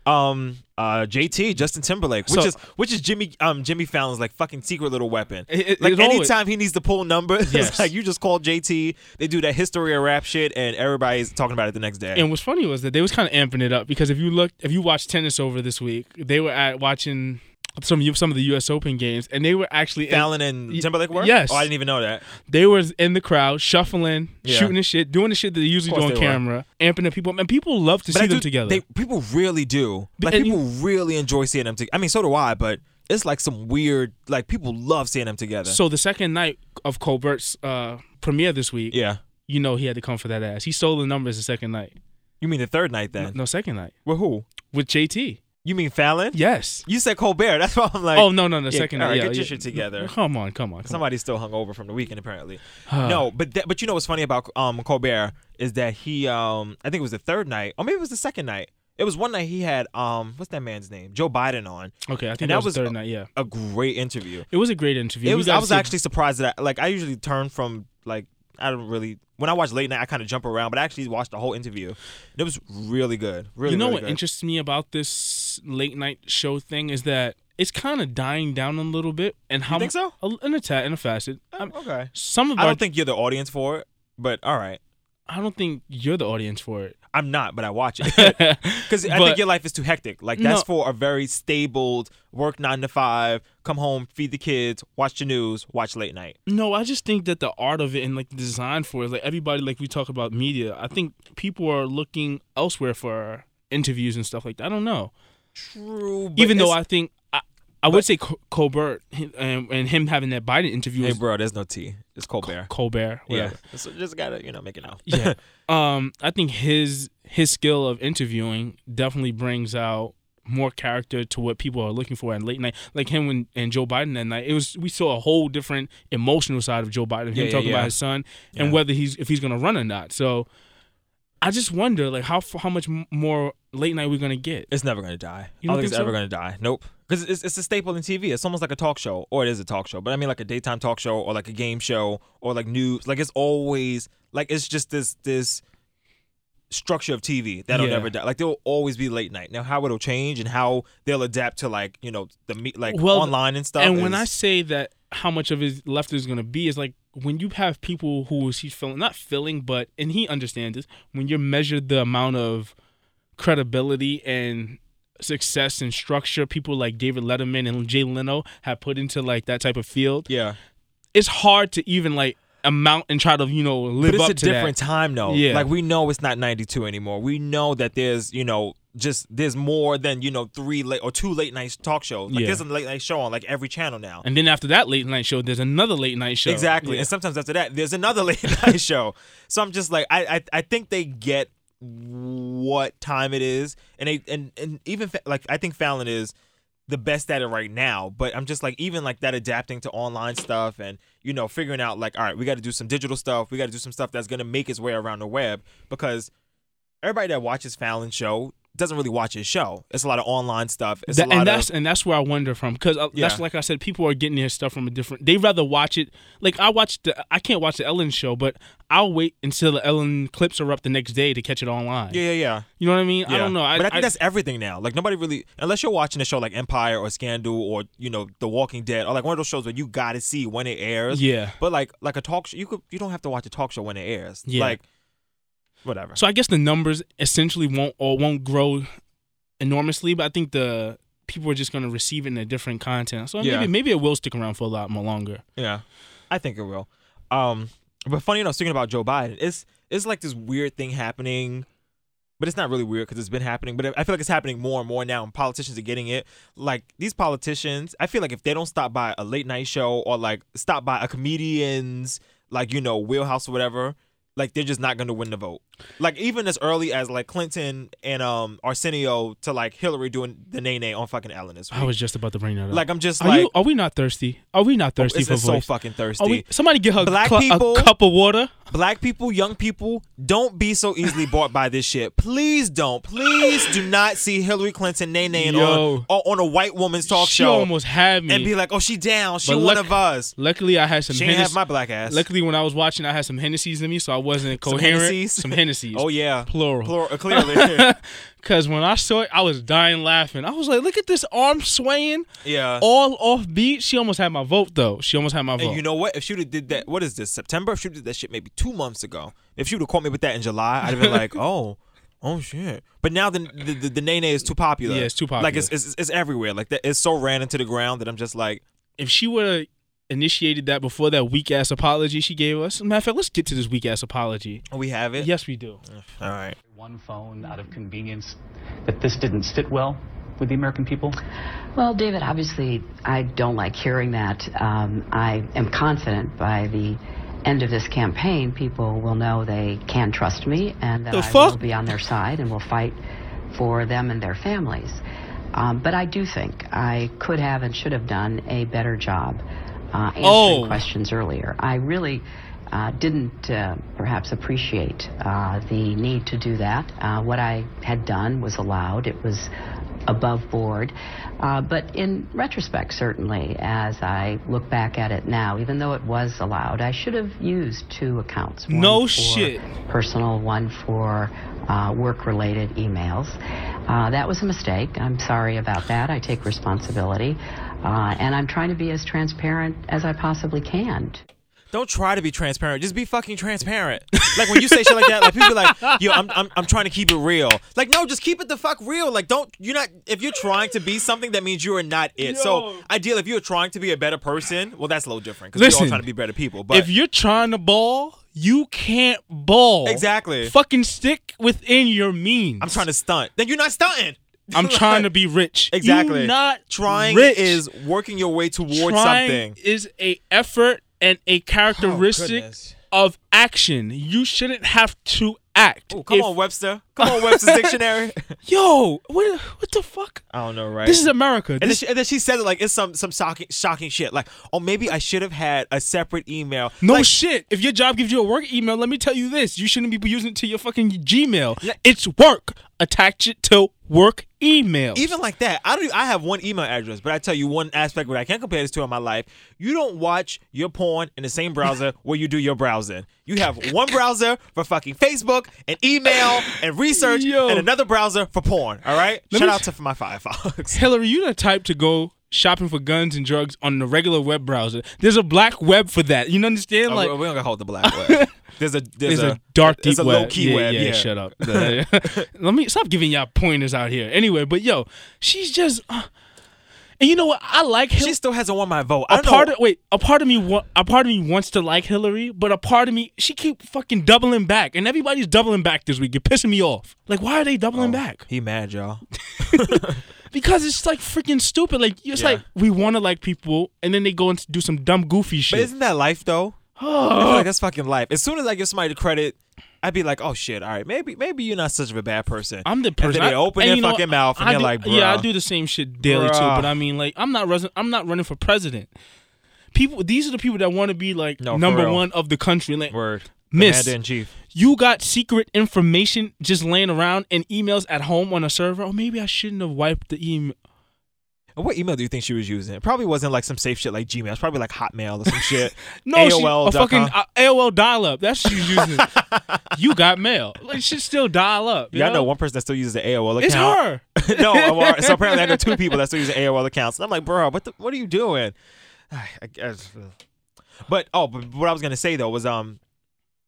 Speaker 10: Um, uh, JT Justin Timberlake, which
Speaker 9: So-
Speaker 10: is which is Jimmy um Jimmy Fallon's like fucking secret little weapon.
Speaker 9: It- it-
Speaker 10: like
Speaker 9: it always-
Speaker 10: anytime he needs to pull numbers,
Speaker 9: Yes.
Speaker 10: like you just call JT. They do that history of rap shit, and everybody's talking about it the next day.
Speaker 9: And what's funny was that they was kind of amping it up because if you look, if you watch tennis over this week, they were at watching some U- some of the U.S. Open games, and they were actually in-
Speaker 10: Fallon and
Speaker 9: Y-
Speaker 10: Timberlake were.
Speaker 9: yes.
Speaker 10: oh, I didn't even know that.
Speaker 9: they were in the crowd shuffling,
Speaker 10: Yeah.
Speaker 9: shooting the shit, doing the shit that they usually
Speaker 10: Of
Speaker 9: do
Speaker 10: course
Speaker 9: on
Speaker 10: they were.
Speaker 9: camera, amping the people, up. and people love to
Speaker 10: But
Speaker 9: see
Speaker 10: I
Speaker 9: them
Speaker 10: do-
Speaker 9: together.
Speaker 10: They, people really do.
Speaker 9: But-
Speaker 10: Like
Speaker 9: and
Speaker 10: people really enjoy seeing them together. I mean, so do I. But it's like some weird. Like people love seeing them together.
Speaker 9: so the second night of Colbert's uh, premiere this week,
Speaker 10: yeah.
Speaker 9: you know he had to come for that ass. He stole the numbers the second night.
Speaker 10: You mean the third night then?
Speaker 9: No, second night
Speaker 10: With who?
Speaker 9: with JT.
Speaker 10: You mean Fallon?
Speaker 9: Yes.
Speaker 10: You said Colbert. That's why I'm like.
Speaker 9: oh no no no
Speaker 10: yeah,
Speaker 9: second
Speaker 10: all
Speaker 9: night.
Speaker 10: right,
Speaker 9: yeah,
Speaker 10: get your
Speaker 9: yeah.
Speaker 10: shit together.
Speaker 9: Come on come on. Come on.
Speaker 10: Somebody's still hung over from the weekend apparently. no, but that, but you know what's funny about um Colbert is that he um I think it was the third night or maybe it was the second night. It was one night he had um what's that man's name Joe Biden on.
Speaker 9: Okay, I think
Speaker 10: And
Speaker 9: that
Speaker 10: that
Speaker 9: was,
Speaker 10: was
Speaker 9: the third
Speaker 10: a-
Speaker 9: night. Yeah.
Speaker 10: A great interview.
Speaker 9: It was a great interview.
Speaker 10: It
Speaker 9: We
Speaker 10: was.
Speaker 9: got
Speaker 10: I
Speaker 9: to
Speaker 10: was
Speaker 9: see-
Speaker 10: actually surprised that I, like I usually turn from like I don't really when I watch late night I kind of jump around, but I actually watched the whole interview. And it was really good. Really,
Speaker 9: you know
Speaker 10: really
Speaker 9: what
Speaker 10: good.
Speaker 9: interests me about this late night show thing is that it's kind of dying down a little bit, and how
Speaker 10: think so?
Speaker 9: A, in a ta- in a facet. I'm-
Speaker 10: Oh, okay.
Speaker 9: Some of
Speaker 10: I
Speaker 9: our,
Speaker 10: don't think you're the audience for it, but all right.
Speaker 9: I don't think you're the audience for it.
Speaker 10: I'm not, but I watch it because I
Speaker 9: But-
Speaker 10: think your life is too hectic. Like that's
Speaker 9: No.
Speaker 10: for a very stabled work nine to five, come home, feed the kids, watch the news, watch late night.
Speaker 9: No, I just think that the art of it and like the design for it, like everybody, like we talk about media. I think people are looking elsewhere for interviews and stuff like that. I don't know.
Speaker 10: True. but
Speaker 9: Even though
Speaker 10: it's-
Speaker 9: I think I, I would say Co- Colbert he- and, and him having that Biden interview
Speaker 10: hey,
Speaker 9: is
Speaker 10: bro, there's no tea. It's Colbert.
Speaker 9: Colbert.
Speaker 10: yeah,
Speaker 9: Whatever.
Speaker 10: so just gotta you know make it out.
Speaker 9: yeah. Um, I think his his skill of interviewing definitely brings out more character to what people are looking for at late night. Like him and, and Joe Biden that night, it was we saw a whole different emotional side of Joe Biden. Him
Speaker 10: Yeah, yeah,
Speaker 9: talking
Speaker 10: yeah.
Speaker 9: about his son and
Speaker 10: Yeah.
Speaker 9: whether he's if he's gonna run or not. So I just wonder like how f- how much m- more late night we're gonna get.
Speaker 10: It's never gonna die.
Speaker 9: You
Speaker 10: I
Speaker 9: don't
Speaker 10: don't
Speaker 9: think
Speaker 10: think it's ever
Speaker 9: so?
Speaker 10: gonna die. Nope. Because it's, it's a staple in TV. It's almost like a talk show, or it is a talk show. But I mean, like a daytime talk show, or like a game show, or like news. Like it's always like it's just this this structure of TV that'll
Speaker 9: Yeah.
Speaker 10: never die. Like there will always be late night. Now how it'll change and how they'll adapt to like you know the meet like
Speaker 9: Well,
Speaker 10: online and stuff.
Speaker 9: And when
Speaker 10: is-
Speaker 9: I say that how much of his left is gonna be is like when you have people who is he's feeling not feeling but and he understands this when you measure the amount of credibility and success and structure people like David Letterman and Jay Leno have put into like that type of field,
Speaker 10: yeah,
Speaker 9: it's hard to even like amount and try to you know live
Speaker 10: but it's
Speaker 9: up
Speaker 10: a
Speaker 9: to
Speaker 10: different
Speaker 9: that.
Speaker 10: time though.
Speaker 9: Yeah.
Speaker 10: Like we know it's not 92 anymore. We know that there's, you know, just there's more than, you know, three late or two late night talk shows. Like
Speaker 9: Yeah.
Speaker 10: there's a late night show on like every channel now.
Speaker 9: And then after that late night show, there's another late night show.
Speaker 10: Exactly.
Speaker 9: Yeah.
Speaker 10: And sometimes after that, there's another late night show. So I'm just like, I, I I think they get what time it is, and they and and even fa- like I think Fallon is the best at it right now. But I'm just like even like that adapting to online stuff and you know figuring out like all right, we got to do some digital stuff. We got to do some stuff that's gonna make its way around the web because everybody that watches Fallon's show doesn't really watch his show. It's a lot of online stuff. It's
Speaker 9: That-
Speaker 10: a lot
Speaker 9: and that's
Speaker 10: of
Speaker 9: and that's where I wonder from because
Speaker 10: Yeah.
Speaker 9: that's like I said, people are getting their stuff from a different. They rather watch it. Like I watched, the, I can't watch the Ellen show, but I'll wait until the Ellen clips are up the next day to catch it online.
Speaker 10: yeah, yeah, yeah.
Speaker 9: You know what I mean? I
Speaker 10: Yeah.
Speaker 9: don't know. I,
Speaker 10: but I think
Speaker 9: I-
Speaker 10: that's everything now. Like nobody really, unless you're watching a show like Empire or Scandal or you know The Walking Dead or like one of those shows where you got to see when it airs.
Speaker 9: Yeah.
Speaker 10: But like like a talk show, you could you don't have to watch a talk show when it airs.
Speaker 9: Yeah.
Speaker 10: Like whatever.
Speaker 9: So I guess the numbers essentially won't or won't grow enormously, but I think the people are just going to receive it in a different content. So
Speaker 10: Yeah.
Speaker 9: maybe maybe it will stick around for a lot more longer.
Speaker 10: Yeah, I think it will. Um, but funny enough, speaking about Joe Biden, it's it's like this weird thing happening, but it's not really weird because it's been happening. But I feel like it's happening more and more now, and politicians are getting it. Like these politicians, I feel like if they don't stop by a late night show or like stop by a comedian's like you know wheelhouse or whatever. Like they're just not gonna win the vote. Like even as early as like Clinton and um Arsenio to like Hillary doing the nay nay on fucking Ellen this week.
Speaker 9: I was just about to bring that up.
Speaker 10: Like, I'm just
Speaker 9: are
Speaker 10: like-
Speaker 9: you, are we not thirsty? Are we not
Speaker 10: Oh,
Speaker 9: thirsty
Speaker 10: it's-
Speaker 9: for
Speaker 10: it's so
Speaker 9: voice?
Speaker 10: fucking thirsty.
Speaker 9: Are we, somebody get her
Speaker 10: Black
Speaker 9: clu-
Speaker 10: people-
Speaker 9: a cup of water.
Speaker 10: Black people, young people, don't be so easily bought by this shit. Please don't. Please do not see Hillary Clinton nay nay on,
Speaker 9: Yo.
Speaker 10: on a white woman's talk
Speaker 9: she
Speaker 10: show
Speaker 9: almost had me
Speaker 10: and be like, oh, she down. She
Speaker 9: But
Speaker 10: one
Speaker 9: luck-
Speaker 10: of us.
Speaker 9: Luckily, I had some.
Speaker 10: She ain't
Speaker 9: Hennessy-
Speaker 10: have my black ass.
Speaker 9: Luckily, when I was watching, I had some Hennessy's in me, so I wasn't
Speaker 10: Some
Speaker 9: coherent.
Speaker 10: Hennessy's?
Speaker 9: Some Hennessy's.
Speaker 10: Oh, yeah.
Speaker 9: plural.
Speaker 10: Plural- clearly.
Speaker 9: Because when I saw it, I was dying laughing. I was like, "Look at this arm swaying,
Speaker 10: Yeah.
Speaker 9: all off beat." She almost had my vote, though. She almost had my vote.
Speaker 10: And you know what? If she would have did that, what is this, September? If she did that shit maybe two months ago, if she would have caught me with that in July, I'd have been like, oh, oh shit. But now the the, the, the nay nay is too popular.
Speaker 9: Yeah, it's too
Speaker 10: Like it's,
Speaker 9: popular.
Speaker 10: it's, it's everywhere. Like that, it's so ran into the ground that I'm just like,
Speaker 9: if she would have initiated that before that weak ass apology she gave us, matter of fact, let's get to this weak ass apology.
Speaker 10: we have it.
Speaker 9: Yes, we do.
Speaker 10: All right.
Speaker 12: One phone out of convenience, that this didn't sit well with the American people?
Speaker 13: Well, David, obviously, I don't like hearing that. Um, I am confident by the end of this campaign, people will know they can trust me and that
Speaker 9: The
Speaker 13: I
Speaker 9: fuck?
Speaker 13: will be on their side and will fight for them and their families. Um, but I do think I could have and should have done a better job uh, answering
Speaker 14: Oh.
Speaker 13: questions earlier. I really uh, didn't uh, perhaps appreciate uh, the need to do that. Uh, what I had done was allowed, it was above board. Uh, but in retrospect, certainly, as I look back at it now, even though it was allowed, I should have used two accounts. one
Speaker 9: No
Speaker 13: for
Speaker 9: shit.
Speaker 13: Personal, one for uh, work related emails. Uh, that was a mistake. I'm sorry about that. I take responsibility. Uh, and I'm trying to be as transparent as I possibly can.
Speaker 10: Don't try to be transparent. Just be fucking transparent. Like when you say shit like that, like people be like, yo, I'm, I'm I'm trying to keep it real. Like no, just keep it the fuck real. Like don't you're not if you're trying to be something, that means you are not it. So ideal if you're trying to be a better person, well that's a little different because we're all
Speaker 9: Listen,
Speaker 10: trying to be better people. But
Speaker 9: if you're trying to ball, you can't ball.
Speaker 10: Exactly.
Speaker 9: Fucking stick within your means. I'm trying
Speaker 10: to stunt. then you're not stunting.
Speaker 9: I'm trying to be rich.
Speaker 10: Exactly.
Speaker 9: You not
Speaker 10: trying
Speaker 9: rich.
Speaker 10: is working your way towards
Speaker 9: Trying
Speaker 10: something.
Speaker 9: is a effort and a characteristic of action. You shouldn't have to act.
Speaker 10: Come on, Webster. Come on, Webster's dictionary.
Speaker 9: Yo, what what the fuck?
Speaker 10: I don't know, right?
Speaker 9: This is America.
Speaker 10: And,
Speaker 9: This-
Speaker 10: then she, and then she says it like it's some some shocking, shocking shit. Like, oh, maybe I should have had a separate email.
Speaker 9: No
Speaker 10: Like,
Speaker 9: shit. If your job gives you a work email, let me tell you this: you shouldn't be using it to your fucking Gmail. It's work. Attach it to work email.
Speaker 10: Even like that, I don't. e, I have one email address, but I tell you one aspect what I can compare this to in my life. You don't watch your porn in the same browser where you do your browsing. You have one browser for fucking Facebook and email and research, and another browser for porn. All right.
Speaker 9: Let
Speaker 10: Shout
Speaker 9: me
Speaker 10: out
Speaker 9: t-
Speaker 10: to my Firefox.
Speaker 9: Hillary, you the type to go shopping for guns and drugs on the regular web browser. There's a black web for that. You understand?
Speaker 10: Oh,
Speaker 9: Like
Speaker 10: we, we don't gotta hold the black web. There's a there's,
Speaker 9: there's, a, dark deep
Speaker 10: there's a
Speaker 9: web.
Speaker 10: low key
Speaker 9: yeah,
Speaker 10: web.
Speaker 9: Yeah, shut up. Let me stop giving y'all pointers out here. Anyway, but yo, she's just. uh, and you know what? I like. Hil-
Speaker 10: she still hasn't won my vote. I
Speaker 9: A
Speaker 10: don't know-
Speaker 9: part of wait, a part of me, wa- a part of me wants to like Hillary, but a part of me, she keep fucking doubling back, and everybody's doubling back this week. You're pissing me off. Like, why are they
Speaker 10: Oh.
Speaker 9: doubling back?
Speaker 10: He mad, y'all.
Speaker 9: Because it's like freaking stupid. Like, it's
Speaker 10: Yeah.
Speaker 9: like we want to like people, and then they go and do some dumb goofy shit.
Speaker 10: But isn't that life though? I feel like that's fucking life. As soon as I give somebody the credit, I'd be like, oh shit, all right, maybe maybe you're not such of a bad person.
Speaker 9: I'm the person.
Speaker 10: And then they
Speaker 9: I-
Speaker 10: open
Speaker 9: and
Speaker 10: their
Speaker 9: you know
Speaker 10: fucking
Speaker 9: what?
Speaker 10: mouth and
Speaker 9: I
Speaker 10: they're
Speaker 9: do-
Speaker 10: like, bruh.
Speaker 9: yeah, I do the same shit daily too.
Speaker 10: Bruh.
Speaker 9: But I mean, like, I'm not res- I'm not running for president. People, these are the people that want to be like
Speaker 10: No, for
Speaker 9: number
Speaker 10: real.
Speaker 9: one of the country. Like,
Speaker 10: Word.
Speaker 9: Miss,
Speaker 10: Commander in chief.
Speaker 9: you got secret information just laying around in emails at home on a server. Oh, maybe I shouldn't have wiped the email.
Speaker 10: What email do you think she was using? It probably wasn't like some safe shit like Gmail. It's probably like Hotmail or some shit.
Speaker 9: No, she-
Speaker 10: AOL.
Speaker 9: a fucking uh, AOL dial up. That's what she's using. you got mail. Like she's still dial up. You
Speaker 10: yeah, I know one person that still uses the AOL account.
Speaker 9: It's her.
Speaker 10: no, I'm all right. so apparently I know two people that still use AOL accounts. And I'm like, bro, what the, what are you doing? I guess. uh, But oh, but what I was gonna say though was um,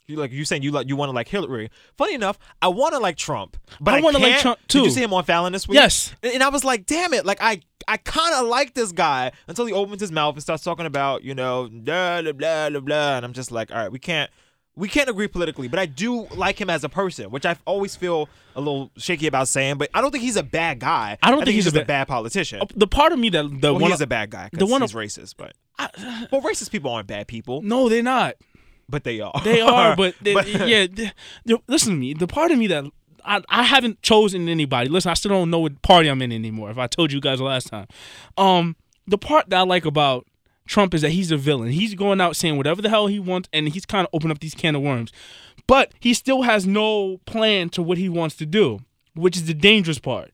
Speaker 10: you like you saying you like you want to like Hillary. Funny enough, I want to like Trump, but
Speaker 9: I
Speaker 10: I,
Speaker 9: wanna like
Speaker 10: can't.
Speaker 9: Trump,
Speaker 10: Did
Speaker 9: too.
Speaker 10: you see him on Fallon this week?
Speaker 9: Yes.
Speaker 10: and, and I was like, damn it, like I. I kind of like this guy until he opens his mouth and starts talking about, you know, blah, blah, blah, blah, blah. And I'm just like, all right, we can't, we can't agree politically, but I do like him as a person, which I always feel a little shaky about saying, but I don't think he's a bad guy.
Speaker 9: I don't think
Speaker 10: he's,
Speaker 9: he's a Oh,
Speaker 10: just a bad politician.
Speaker 9: Uh, The part of me that the
Speaker 10: Well,
Speaker 9: one
Speaker 10: he is a bad guy.
Speaker 9: The one
Speaker 10: he's racist, but well, racist people aren't bad people.
Speaker 9: No, they're not.
Speaker 10: But they are.
Speaker 9: They are, but, they, yeah. th- th- listen to me. The part of me that I, I haven't chosen anybody. Listen, I still don't know what party I'm in anymore. If I told you guys last time, um, the part that I like about Trump is that he's a villain. He's going out saying whatever the hell he wants, and he's kind of opening up these can of worms. But he still has no plan to what he wants to do, which is the dangerous part.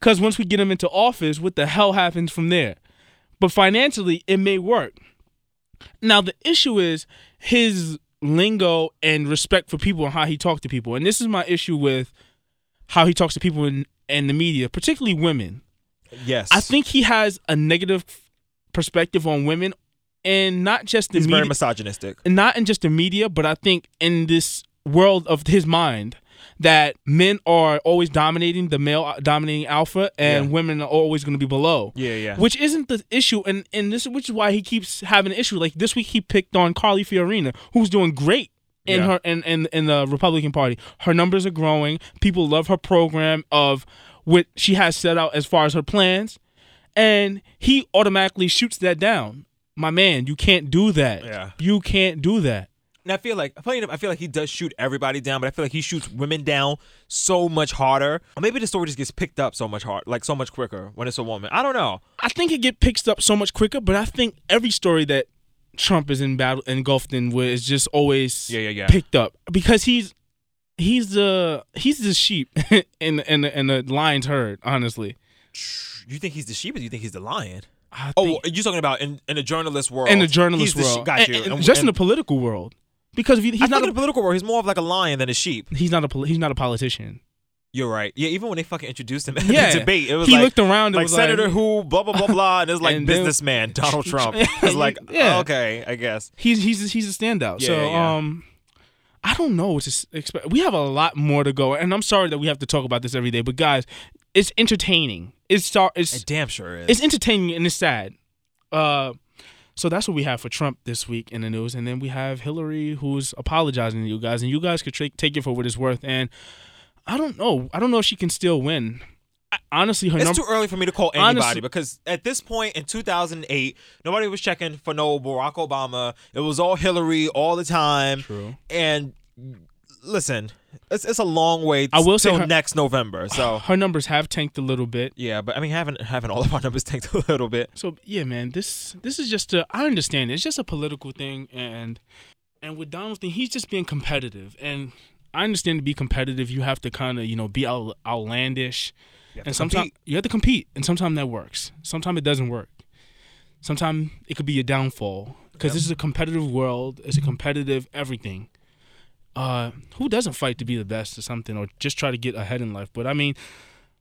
Speaker 9: Because once we get him into office, what the hell happens from there? But financially, it may work. Now the issue is his lingo and respect for people and how he talked to people. And this is my issue with how he talks to people in and the media, particularly women.
Speaker 10: Yes.
Speaker 9: I think he has a negative perspective on women and not just the
Speaker 10: He's
Speaker 9: media
Speaker 10: very misogynistic.
Speaker 9: not in just the media, but I think in this world of his mind that men are always dominating the male uh, dominating alpha and
Speaker 10: Yeah.
Speaker 9: women are always going to be below.
Speaker 10: Yeah, yeah.
Speaker 9: Which isn't the issue and and this which is why he keeps having an issue. Like this week he picked on Carly Fiorina, who's doing great in
Speaker 10: Yeah.
Speaker 9: her in, in in the Republican Party. Her numbers are growing. People love her program of what she has set out as far as her plans. And he automatically shoots that down. My man, you can't do that.
Speaker 10: Yeah.
Speaker 9: You can't do that.
Speaker 10: And I feel like, funny enough, I feel like he does shoot everybody down, but I feel like he shoots women down so much harder. Or maybe the story just gets picked up so much hard, like so much quicker when it's a woman. I don't know.
Speaker 9: I think it get picked up so much quicker, but I think every story that Trump is in battle engulfed in where it's just always
Speaker 10: yeah, yeah.
Speaker 9: picked up because he's he's the he's the sheep and and and the lion's herd. Honestly,
Speaker 10: You think he's the sheep or do you think he's the lion?
Speaker 9: oh,
Speaker 10: you're talking about in, in the journalist world.
Speaker 9: in the journalist
Speaker 10: He's the
Speaker 9: world,
Speaker 10: sheep. Got
Speaker 9: And-
Speaker 10: you.
Speaker 9: and
Speaker 10: And-
Speaker 9: just in
Speaker 10: and-
Speaker 9: the political world, because if he, he's
Speaker 10: I
Speaker 9: not
Speaker 10: think
Speaker 9: a,
Speaker 10: in the political world, he's more of like a lion than a sheep.
Speaker 9: he's not a poli- he's not a politician.
Speaker 10: You're right. Yeah, even when they fucking introduced him in
Speaker 9: Yeah.
Speaker 10: the debate, it was
Speaker 9: He
Speaker 10: like,
Speaker 9: looked around and
Speaker 10: like
Speaker 9: was like-
Speaker 10: senator who, blah blah blah blah, and it was like
Speaker 9: And then-
Speaker 10: businessman Donald Trump. It was like, okay, I guess.
Speaker 9: He's he's he's a standout.
Speaker 10: Yeah,
Speaker 9: so
Speaker 10: yeah, yeah.
Speaker 9: um I don't know what to s- expect. We have a lot more to go and I'm sorry that we have to talk about this every day, but guys, it's entertaining. It's star- it's
Speaker 10: It damn sure is.
Speaker 9: It's entertaining and it's sad. Uh so that's what we have for Trump this week in the news and then we have Hillary who's apologizing to you guys and you guys could tra- take it for what it's worth and I don't know. I don't know if she can still win. I, honestly, her
Speaker 10: It's
Speaker 9: number
Speaker 10: too early for me to call anybody
Speaker 9: Honestly-
Speaker 10: because at this point in 2008, nobody was checking for no Barack Obama. It was all Hillary all the time. True. And listen, it's, it's a long way.
Speaker 9: I will say
Speaker 10: till
Speaker 9: her-
Speaker 10: next November. So
Speaker 9: her numbers have tanked a little bit.
Speaker 10: yeah, but I mean, having having all of our numbers tanked a little bit.
Speaker 9: So yeah, man, this this is just a I understand it. it's just a political thing and and with Donald thing, he's just being competitive and I understand to be competitive you have to kind of you know be out, outlandish
Speaker 10: have
Speaker 9: and
Speaker 10: to
Speaker 9: sometimes
Speaker 10: compete.
Speaker 9: you have to compete and sometimes that works sometimes it doesn't work sometimes it could be a downfall because
Speaker 10: Yeah.
Speaker 9: this is a competitive world it's a competitive everything uh who doesn't fight to be the best or something or just try to get ahead in life but I mean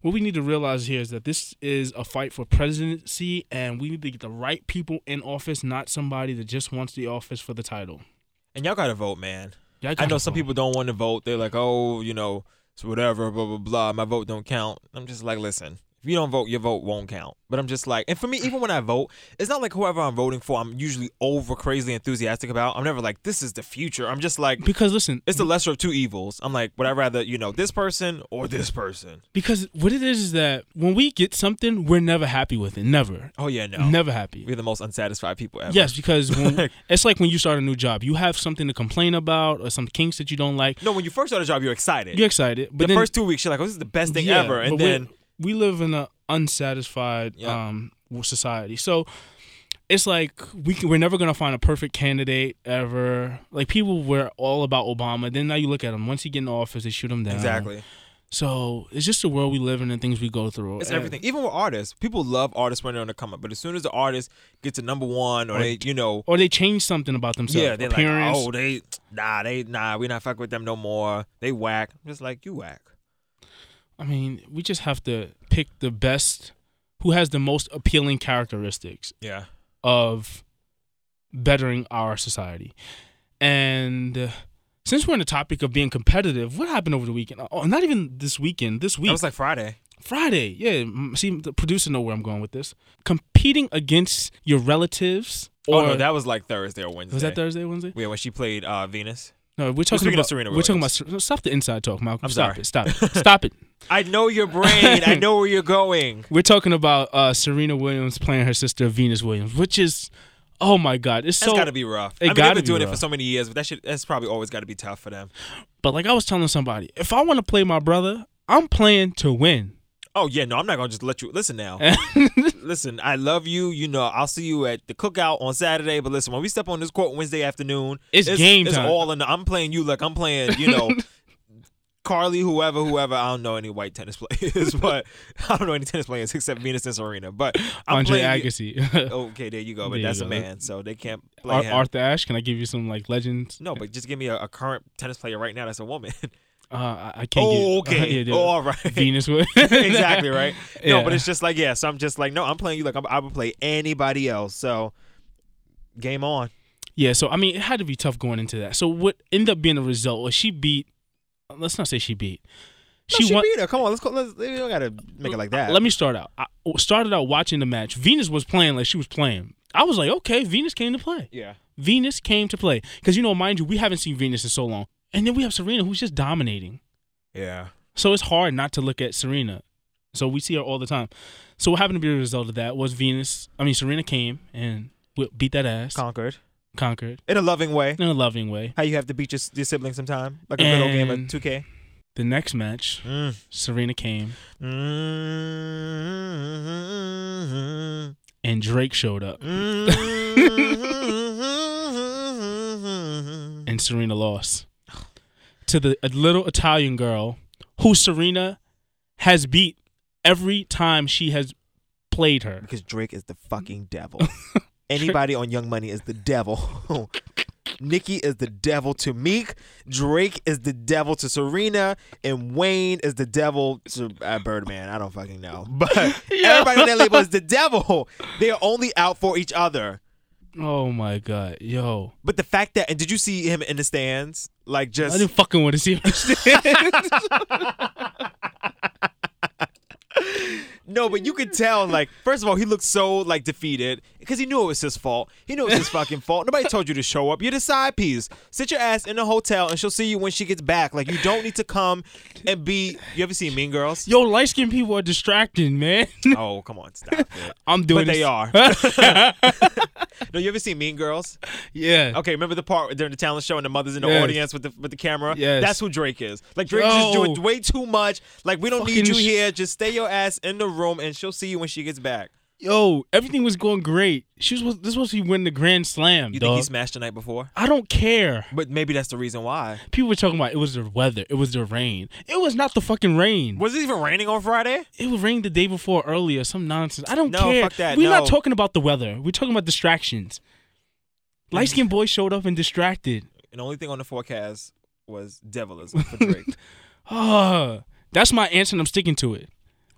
Speaker 9: what we need to realize here is that this is a fight for presidency and we need to get the right people in office not somebody that just wants the office for the title
Speaker 10: And y'all gotta vote, man.
Speaker 9: Y'all
Speaker 10: I know
Speaker 9: gotta
Speaker 10: some people don't want to vote. They're like, oh, you know, it's whatever, blah blah blah. My vote don't count. I'm just like, listen, if you don't vote, your vote won't count. But I'm just like, and for me, even when I vote, it's not like whoever I'm voting for. I'm usually over crazily enthusiastic about. I'm never like, this is the future. I'm just like,
Speaker 9: because listen
Speaker 10: it's the lesser of two evils. I'm like, would I rather, you know, this person or this person?
Speaker 9: because what it is is that when we get something we're never happy with it never
Speaker 10: Oh yeah, no,
Speaker 9: never happy.
Speaker 10: We're the most unsatisfied people ever.
Speaker 9: yes because when, it's like when you start a new job you have something to complain about or some kinks that you don't like
Speaker 10: no, when you first start a job, you're excited.
Speaker 9: you're excited but
Speaker 10: the
Speaker 9: then,
Speaker 10: first two weeks, you're like, oh, this is the best thing
Speaker 9: Yeah,
Speaker 10: ever, and
Speaker 9: but we're-
Speaker 10: then
Speaker 9: we live in an unsatisfied
Speaker 10: Yeah.
Speaker 9: um, society. So it's like we can, we're never gonna find a perfect candidate ever. Like people were all about Obama. Then now you look at him. Once he get in office, they shoot him down.
Speaker 10: Exactly.
Speaker 9: So it's just the world we live in and things we go through.
Speaker 10: It's
Speaker 9: And-
Speaker 10: everything. Even with artists, people love artists when they're on the come up. But as soon as the artist gets to number one, or,
Speaker 9: Or-
Speaker 10: they, you know,
Speaker 9: Or they change something about themselves.
Speaker 10: yeah, they're
Speaker 9: appearance.
Speaker 10: like, oh, they nah, they nah, we not fuck with them no more. They whack. I'm just like you whack.
Speaker 9: I mean, we just have to pick the best who has the most appealing characteristics
Speaker 10: Yeah.
Speaker 9: of bettering our society. And uh, since we're on the topic of being competitive, what happened over the weekend? Oh, not even this weekend, this week.
Speaker 10: That was like Friday.
Speaker 9: Friday. Yeah, m- see the producer know where I'm going with this. Competing against your relatives or
Speaker 10: oh no, that was like Thursday or Wednesday.
Speaker 9: Was that Thursday, Wednesday?
Speaker 10: Yeah, when she played uh, Venus.
Speaker 9: No, we're talking
Speaker 10: speaking
Speaker 9: about
Speaker 10: of Serena.
Speaker 9: We're talking about Ser- stop the inside talk, Malcolm.
Speaker 10: I'm
Speaker 9: stop
Speaker 10: sorry.
Speaker 9: it. Stop it. Stop it.
Speaker 10: I know your brain. I know where you're going.
Speaker 9: We're talking about uh, Serena Williams playing her sister Venus Williams, which is, oh my God, it's
Speaker 10: That's
Speaker 9: so
Speaker 10: got to be rough.
Speaker 9: It
Speaker 10: I mean, they've
Speaker 9: gotta
Speaker 10: been
Speaker 9: be
Speaker 10: doing it
Speaker 9: rough.
Speaker 10: for so many years, but that shit, that's probably always got to be tough for them.
Speaker 9: But like I was telling somebody, if I want to play my brother, I'm playing to win.
Speaker 10: Oh yeah, no, I'm not gonna just let you listen now. listen, I love you. You know, I'll see you at the cookout on Saturday. But listen, when we step on this court Wednesday afternoon,
Speaker 9: It's game
Speaker 10: It's
Speaker 9: time.
Speaker 10: all in. The, I'm playing you like I'm playing. You know, Carly, whoever, whoever. I don't know any white tennis players, but I don't know any tennis players except Venus and Serena. But I'm
Speaker 9: Andre
Speaker 10: playing you-
Speaker 9: Agassi.
Speaker 10: okay, there you go. But
Speaker 9: There you
Speaker 10: that's a
Speaker 9: go.
Speaker 10: man, so they can't play
Speaker 9: Ar-
Speaker 10: him.
Speaker 9: Arthur Ashe, can I give you some like legends?
Speaker 10: no, but just give me a, a current tennis player right now that's a woman.
Speaker 9: Uh, I, I can't.
Speaker 10: oh,
Speaker 9: give,
Speaker 10: okay.
Speaker 9: yeah, yeah.
Speaker 10: oh, all right.
Speaker 9: Venus Williams.
Speaker 10: exactly right. No,
Speaker 9: Yeah.
Speaker 10: but it's just like yeah. So I'm just like no, I'm playing you like I'm, I would play anybody else. So game on.
Speaker 9: Yeah, so I mean, it had to be tough going into that. So what ended up being the result was she beat. Let's not say she beat.
Speaker 10: No, she beat her. Come on, let's go. Let's, we don't gotta make it like that.
Speaker 9: Let me start out. I started out watching the match. Venus was playing like she was playing. I was like, okay, Venus came to play.
Speaker 10: Yeah.
Speaker 9: Venus came to play because you know, mind you, we haven't seen Venus in so long, and then we have Serena who's just dominating.
Speaker 10: Yeah.
Speaker 9: So it's hard not to look at Serena. So we see her all the time. So what happened to be the result of that was Venus. I mean, Serena came and w- beat that ass.
Speaker 10: Conquered.
Speaker 9: Conquered
Speaker 10: in a loving way.
Speaker 9: in a loving way.
Speaker 10: How you have to beat your, your sibling sometime, like a little game of
Speaker 9: And-
Speaker 10: 2K.
Speaker 9: The next match,
Speaker 10: Mm.
Speaker 9: Serena came
Speaker 10: Mm.
Speaker 9: and Drake showed up,
Speaker 10: Mm-hmm. Mm.
Speaker 9: and Serena lost to the a little Italian girl who Serena has beat every time she has played her.
Speaker 10: Because Drake is the fucking devil. Anybody on Young Money is the devil. Nikki is the devil to Meek. Drake is the devil to Serena, and Wayne is the devil to uh, Birdman. I don't fucking know, but everybody on that label is the devil. They are only out for each other.
Speaker 9: Oh my god, yo!
Speaker 10: But the fact that and did you see him in the stands? Like
Speaker 9: I
Speaker 10: just
Speaker 9: didn't fucking want to see
Speaker 10: No, but you could tell. Like, first of all, he looked so like defeated because he knew it was his fault. He knew it was his fucking fault. Nobody told you to show up. You're the side piece. Sit your ass in the hotel, and she'll see you when she gets back. Like, you don't need to come and be. You ever seen Mean Girls?
Speaker 9: Yo, light skinned people are distracting, man.
Speaker 10: Oh, come on, stop it.
Speaker 9: I'm doing
Speaker 10: But they
Speaker 9: this-
Speaker 10: are. no, you ever seen Mean Girls?
Speaker 9: Yeah.
Speaker 10: Okay, remember the part during the talent show and the mothers in the
Speaker 9: Yes.
Speaker 10: audience with the with the camera?
Speaker 9: Yes.
Speaker 10: That's who Drake is. Like Drake's just
Speaker 9: Yo.
Speaker 10: doing way too much. Like we don't need you
Speaker 9: Fucking sh-
Speaker 10: here. Just stay your ass in the room and she'll see you when she gets back.
Speaker 9: Yo, everything was going great. She was this was she win the Grand Slam,
Speaker 10: You think
Speaker 9: dog.
Speaker 10: he smashed the night before?
Speaker 9: I don't care.
Speaker 10: But maybe that's the reason why.
Speaker 9: People were talking about it was the weather, it was the rain. It was not the fucking rain.
Speaker 10: Was it even raining on Friday?
Speaker 9: It was rain the day before earlier, some nonsense. I don't
Speaker 10: No,
Speaker 9: care.
Speaker 10: fuck that,
Speaker 9: We're
Speaker 10: no.
Speaker 9: not talking about the weather. We're talking about distractions.
Speaker 10: Mm.
Speaker 9: Light skinned boy showed up and distracted.
Speaker 10: And the only thing on the forecast was devilism for Drake.
Speaker 9: Ah, that's my answer and I'm sticking to it.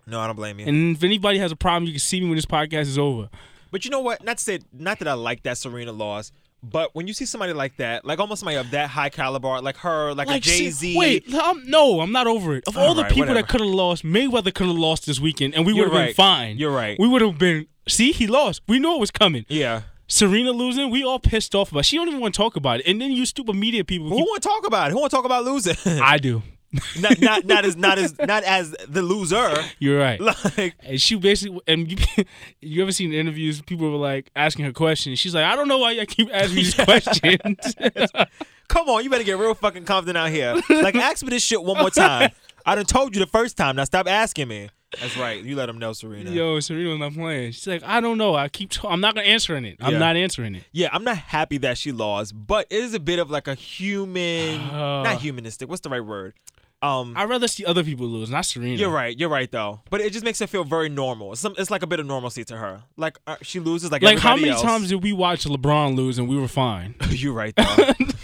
Speaker 10: no, I don't blame you.
Speaker 9: And if anybody has a problem, you can see me when this podcast is over.
Speaker 10: But you know what? Not to say, not that I like that Serena loss, but when you see somebody like that, like almost somebody of that high caliber, like her, like, a
Speaker 9: see-
Speaker 10: Jay Z.
Speaker 9: Wait, I'm, no, I'm not over it. Of all,
Speaker 10: All
Speaker 9: the
Speaker 10: right,
Speaker 9: people
Speaker 10: whatever.
Speaker 9: that could have lost, Mayweather could have lost this weekend, and we
Speaker 10: You're
Speaker 9: would have been
Speaker 10: right.
Speaker 9: fine.
Speaker 10: You're right.
Speaker 9: We would have been. See, he lost. We knew it was coming.
Speaker 10: Yeah.
Speaker 9: Serena losing, we all pissed off about. She don't even want to talk about it. And then you stupid media people.
Speaker 10: Who
Speaker 9: keep-
Speaker 10: want to talk about it? Who want to talk about losing?
Speaker 9: I do.
Speaker 10: not, not, not as, not as, not as the loser.
Speaker 9: You're right.
Speaker 10: Like,
Speaker 9: And she basically, and you, you ever seen interviews? People were like asking her questions. She's like, I don't know why I keep asking these questions.
Speaker 10: come on, you better get real fucking confident out here. Like, ask me this shit one more time. I done told you the first time. Now stop asking me. That's right. You let him know, Serena.
Speaker 9: Yo, Serena's not playing. She's like, I don't know. I keep. T- I'm not gonna answering it. I'm
Speaker 10: Yeah.
Speaker 9: not answering it.
Speaker 10: Yeah, I'm not happy that she lost, but it is a bit of like a human,
Speaker 9: Uh.
Speaker 10: not humanistic. What's the right word? Um,
Speaker 9: I'd rather see other people lose, not Serena.
Speaker 10: You're right. You're right though. But it just makes her feel very normal. It's, some, it's like a bit of normalcy to her. Like uh, she loses. Like
Speaker 9: Like, how many
Speaker 10: everybody else.
Speaker 9: times did we watch LeBron lose and we were fine?
Speaker 10: you're right though.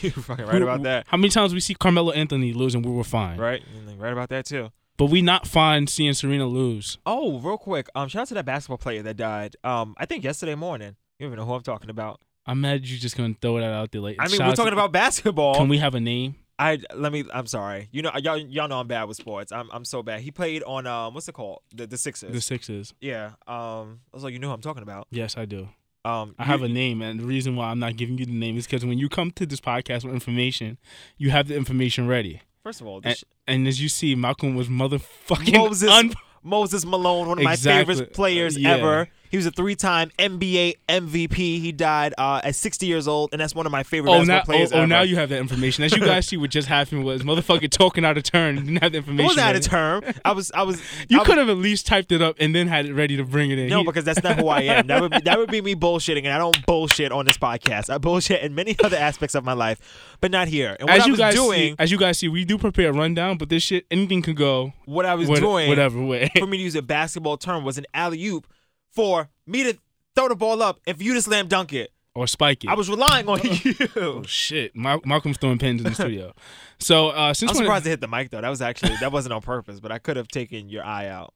Speaker 10: you're fucking right about that.
Speaker 9: How many times we see Carmelo Anthony lose and we were fine?
Speaker 10: Right. You're Right about that too.
Speaker 9: But we not fine seeing Serena lose.
Speaker 10: Oh, real quick. Um, shout out to that basketball player that died. Um, I think yesterday morning. You don't even know who I'm talking about.
Speaker 9: I'm mad you just gonna throw that out there. Like,
Speaker 10: I mean,
Speaker 9: shout
Speaker 10: we're
Speaker 9: out to-
Speaker 10: talking about basketball.
Speaker 9: Can we have a name?
Speaker 10: I let me. I'm sorry. You know, y'all, y'all know I'm bad with sports. I'm, I'm so bad. He played on um, what's it called? The the Sixers.
Speaker 9: The Sixers.
Speaker 10: Yeah. Um, I was like, you know who I'm talking about.
Speaker 9: Yes, I do.
Speaker 10: Um,
Speaker 9: I
Speaker 10: you-
Speaker 9: have a name, and the reason why I'm not giving you the name is because when you come to this podcast with information, you have the information ready.
Speaker 10: First of all,
Speaker 9: and,
Speaker 10: this
Speaker 9: and as you see, Malcolm was motherfucking
Speaker 10: Moses
Speaker 9: un-
Speaker 10: Moses Malone, one of my
Speaker 9: Exactly.
Speaker 10: favorite players
Speaker 9: Yeah.
Speaker 10: ever. He was a three-time NBA MVP. He died uh, at 60 years old, and that's one of my favorite
Speaker 9: Oh,
Speaker 10: basketball
Speaker 9: now, oh,
Speaker 10: players
Speaker 9: oh,
Speaker 10: ever.
Speaker 9: now you have that information. As you guys see, what just happened was motherfucker talking out of turn. Didn't have the information.
Speaker 10: was out of
Speaker 9: ready.
Speaker 10: term. I was, I was.
Speaker 9: You could have at least typed it up and then had it ready to bring it in.
Speaker 10: No,
Speaker 9: He-
Speaker 10: because that's not who I am. That would be, that would be me bullshitting, and I don't bullshit on this podcast. I bullshit in many other aspects of my life, but not here. And what
Speaker 9: as
Speaker 10: I
Speaker 9: you
Speaker 10: was
Speaker 9: guys
Speaker 10: doing,
Speaker 9: see, as you guys see, we do prepare a rundown, but this shit, anything could go.
Speaker 10: what I was
Speaker 9: what-
Speaker 10: doing,
Speaker 9: whatever way.
Speaker 10: for me to use a basketball term, was an alley oop for me to throw the ball up and for you to slam dunk it.
Speaker 9: or spike it.
Speaker 10: I was relying on you.
Speaker 9: oh shit, Mal- Malcolm's throwing pins in the studio. So uh, since
Speaker 10: I'm
Speaker 9: when-
Speaker 10: surprised it hit the mic though. That was actually that wasn't on purpose, but I could have taken your eye out.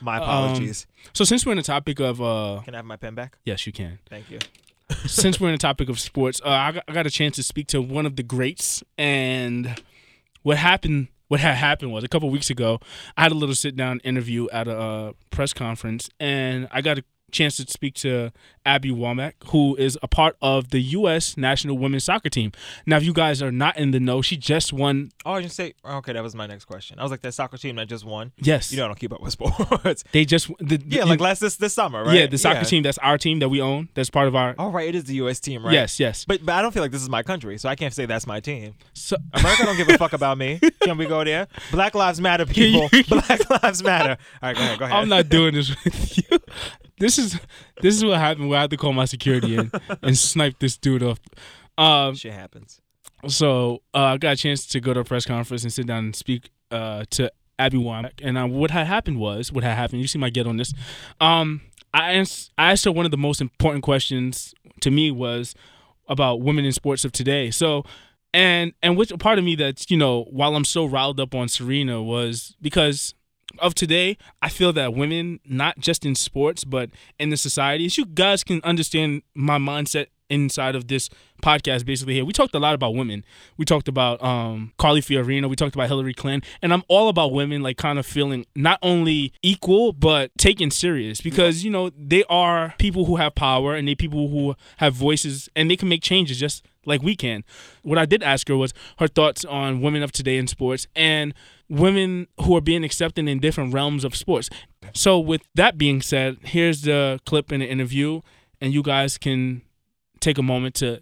Speaker 10: My apologies.
Speaker 9: Um, so since we're in the topic of uh,
Speaker 10: Can I have my pen back?
Speaker 9: yes, you can.
Speaker 10: Thank you.
Speaker 9: since we're in the topic of sports, uh, I, got, I got a chance to speak to one of the greats, and what happened. What had happened was a couple weeks ago, I had a little sit down interview at a uh, press conference, and I got a chance to speak to Abby Womack, who is a part of the U.S. national women's soccer team. Now, if you guys are not in the know, she just won
Speaker 10: Oh, I just say okay. That was my next question. I was like that soccer team that just won.
Speaker 9: Yes.
Speaker 10: you know I don't keep up with sports.
Speaker 9: They just the,
Speaker 10: yeah,
Speaker 9: you-
Speaker 10: like last this this summer, right?
Speaker 9: Yeah, the soccer team. That's our team that we own. That's part of our.
Speaker 10: All right, it is the U.S. team, right?
Speaker 9: Yes, yes.
Speaker 10: But but I don't feel like this is my country, so I can't say that's my team.
Speaker 9: So
Speaker 10: America don't give a fuck about me. Can we go there? Black lives matter, people. Black lives matter. All right, go ahead. Go ahead.
Speaker 9: I'm not doing this with you. This is this is what happened. Where I had to call my security in and snipe this dude off. Um,
Speaker 10: Shit happens.
Speaker 9: So uh, I got a chance to go to a press conference and sit down and speak uh, to Abby Womack. And uh, what had happened was, what had happened. You see my get on this. Um, I asked, I asked her one of the most important questions to me was about women in sports of today. So. And and which part of me that's you know while I'm so riled up on Serena was because of today, I feel that women, not just in sports, but in the societies, you guys can understand my mindset inside of this podcast basically here. We talked a lot about women. We talked about um Carly Fiorina, we talked about Hillary Clinton, and I'm all about women like kind of feeling not only equal but taken serious because you know, they are people who have power and they people who have voices and they can make changes just like we can. What I did ask her was her thoughts on women of today in sports and women who are being accepted in different realms of sports. So, with that being said, here's the clip in the interview, and you guys can take a moment to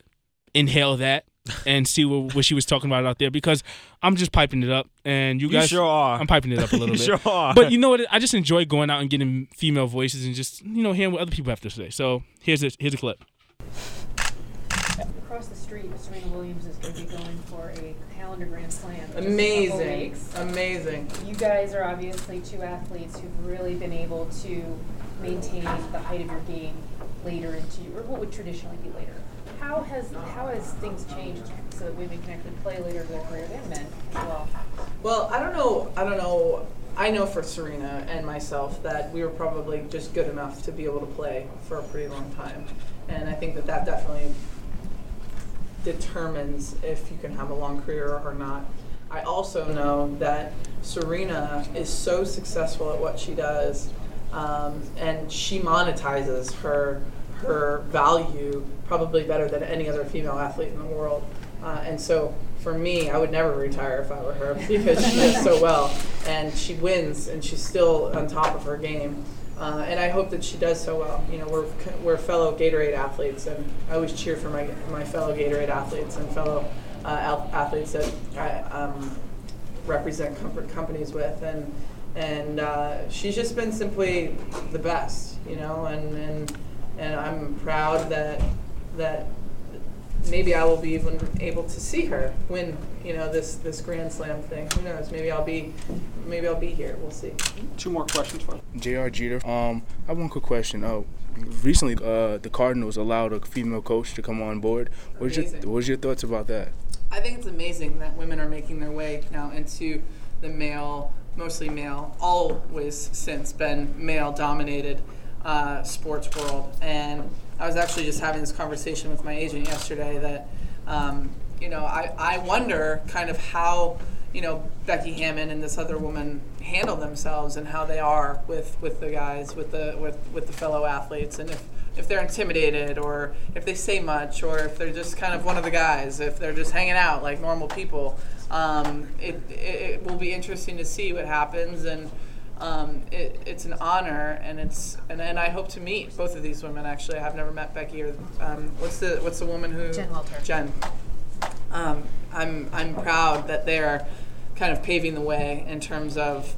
Speaker 9: inhale that and see what, what she was talking about out there because I'm just piping it up, and you
Speaker 10: You
Speaker 9: guys
Speaker 10: sure are.
Speaker 9: I'm piping it up a little
Speaker 10: You
Speaker 9: bit.
Speaker 10: sure are.
Speaker 9: But you know what? I just enjoy going out and getting female voices and just you know hearing what other people have to say. So here's a, here's a clip.
Speaker 14: Across the street, Serena Williams is going to be going for a calendar grand slam. in just a couple
Speaker 1: Amazing.
Speaker 14: weeks.
Speaker 1: Amazing.
Speaker 14: You guys are obviously two athletes who've really been able to maintain the height of your game later into, or what would traditionally be later. How has how has things changed so that women can actually play later in their career than men as well?
Speaker 1: Well, I don't know. I don't know. I know for Serena and myself that we were probably just good enough to be able to play for a pretty long time, and I think that that definitely determines if you can have a long career or not. I also know that Serena is so successful at what she does, um, and she monetizes her her value probably better than any other female athlete in the world. Uh, and so for me, I would never retire if I were her because she does so well, and she wins, and she's still on top of her game. Uh, and I hope that she does so well. You know, we're, we're fellow Gatorade athletes, and I always cheer for my, my fellow Gatorade athletes and fellow uh, al- athletes that I um, represent comfort companies with. And
Speaker 10: and uh, she's just been simply the best, you know. And and and I'm proud that that maybe I will be even able to see her win, you know, this this Grand Slam thing. Who knows? Maybe I'll be maybe I'll be here. We'll see.
Speaker 15: Two more questions for you.
Speaker 16: J.R. Jeter. Um, I have one quick question. Oh, recently uh, the Cardinals allowed a female coach to come on board. What's your
Speaker 10: Amazing.
Speaker 16: What's your thoughts about that?
Speaker 10: I think it's amazing that women are making their way now into the male, mostly male, always since been male dominated uh, sports world. And I was actually just having this conversation with my agent yesterday that, um, you know, I, I wonder kind of how, you know, Becky Hammond and this other woman handle themselves and how they are with, with the guys, with the, with, with the fellow athletes. And if, if they're intimidated or if they say much or if they're just kind of one of the guys, if they're just hanging out like normal people. Um, it, it, it will be interesting to see what happens, and um, it, it's an honor, and it's and, and I hope to meet both of these women. Actually, I have never met Becky or um, what's the what's the woman who Jen Walter. Jen. Um, I'm I'm proud that they are kind of paving the way in terms of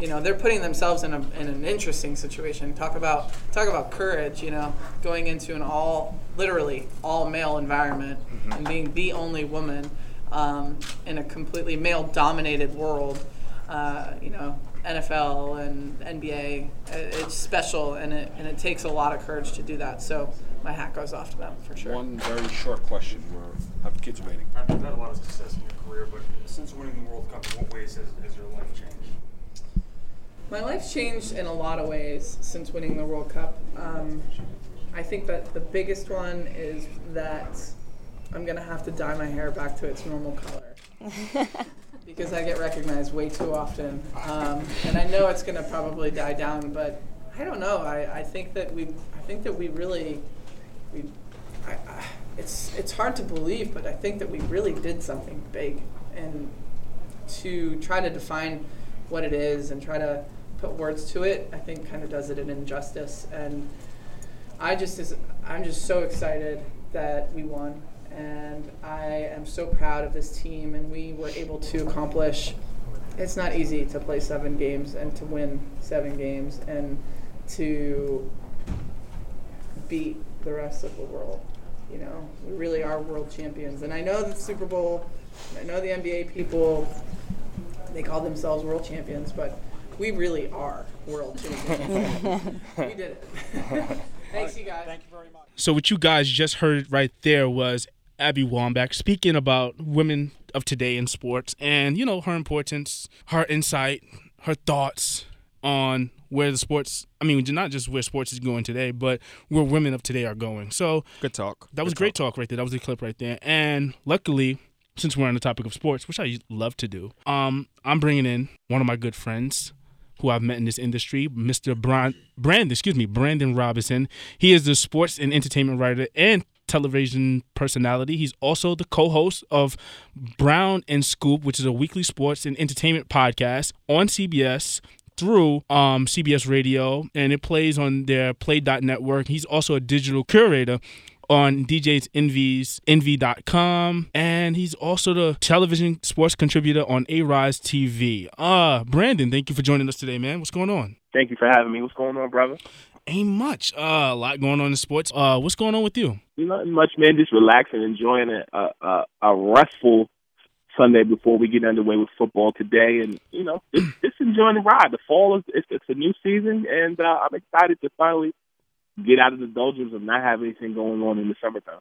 Speaker 10: you know they're putting themselves in, a, in an interesting situation talk about talk about courage you know going into an all literally all male environment and being the only woman um, in a completely male dominated world uh, you know nfl and nba uh, it's special and it, and it takes a lot of courage to do that so my hat goes off to them for sure
Speaker 15: One very short question. We have kids waiting.
Speaker 17: You've had a lot of success in your career, but since winning the World Cup, in what ways has, has your life changed?
Speaker 10: My life's changed in a lot of ways since winning the World Cup. Um, I think that the biggest one is that I'm gonna have to dye my hair back to its normal color because I get recognized way too often, um, and I know it's gonna probably die down. But I don't know. I, I think that we I think that we really we I, I, it's it's hard to believe, but I think that we really did something big and to try to define what it is and try to put words to it, I think kind of does it an injustice. And I just is I'm just so excited that we won, and I am so proud of this team, and we were able to accomplish. It's not easy to play seven games and to win seven games and to beat the rest of the world. You know, we really are world champions. And I know the Super Bowl, I know the NBA people, they call themselves world champions, but we really are world champions. we did it. Thanks, you guys. Thank you very much.
Speaker 9: So what you guys just heard right there was Abby Wambach speaking about women of today in sports and you know her importance, her insight, her thoughts on where the sports I mean not just where sports is going today, but where women of today are going. So
Speaker 18: Good talk.
Speaker 9: that was
Speaker 18: Good
Speaker 9: great talk. right there. That was the clip right there. And luckily, since we're on the topic of sports, which I love to do, um, I'm bringing in one of my good friends who I've met in this industry, Mr. Bron- Brandon, excuse me, Brandon Robinson. He is the sports and entertainment writer and television personality. He's also the co-host of Brown and Scoop, which is a weekly sports and entertainment podcast on CBS through um, CBS Radio, and it plays on their Play dot network. He's also a digital curator on DJ's Envy's Envy.com, and he's also the television sports contributor on A Rise TV. Uh, Brandon, thank you for joining us today, man. What's going on?
Speaker 19: Thank you for having me. What's going on, brother?
Speaker 9: Ain't much. Uh, a lot going on in sports. Uh, what's going on with you?
Speaker 19: Nothing much, man. Just relaxing, enjoying a a, a, a restful Sunday before we get underway with football today, and you know, just, just enjoying the ride. The fall is it's, it's a new season, and uh, I'm excited to finally get out of the doldrums of not having anything going on in the summertime.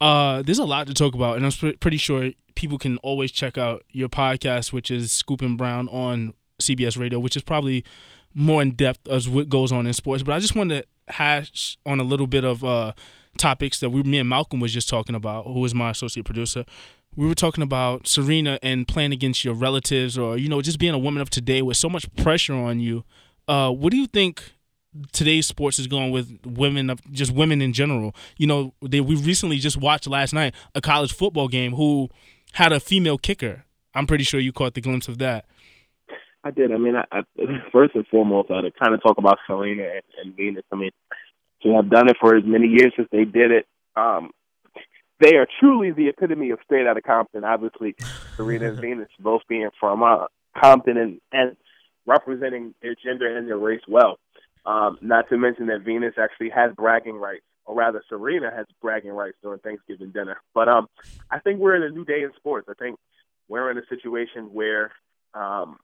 Speaker 9: Uh, there's a lot to talk about, and I'm sp- pretty sure people can always check out your podcast, which is Scoop and Brown on CBS Radio, which is probably more in depth as what goes on in sports. But I just wanted to hash on a little bit of uh, topics that we, me and Malcolm was just talking about, who is my associate producer. We were talking about Serena and playing against your relatives, or you know, just being a woman of today with so much pressure on you. Uh, what do you think today's sports is going with women of just women in general. You know, they, we recently just watched last night a college football game who had a female kicker. I'm pretty sure you caught the glimpse of that.
Speaker 19: I did. I mean, I, I first and foremost, I to kind of talk about Selena and, and Venus. I mean, to have done it for as many years as they did it, um, they are truly the epitome of straight out of Compton. Obviously, Serena and Venus both being from uh, Compton, and and representing their gender and their race well. Um, not to mention that Venus actually has bragging rights, or rather, Serena has bragging rights during Thanksgiving dinner. But um, I think we're in a new day in sports. I think we're in a situation where um,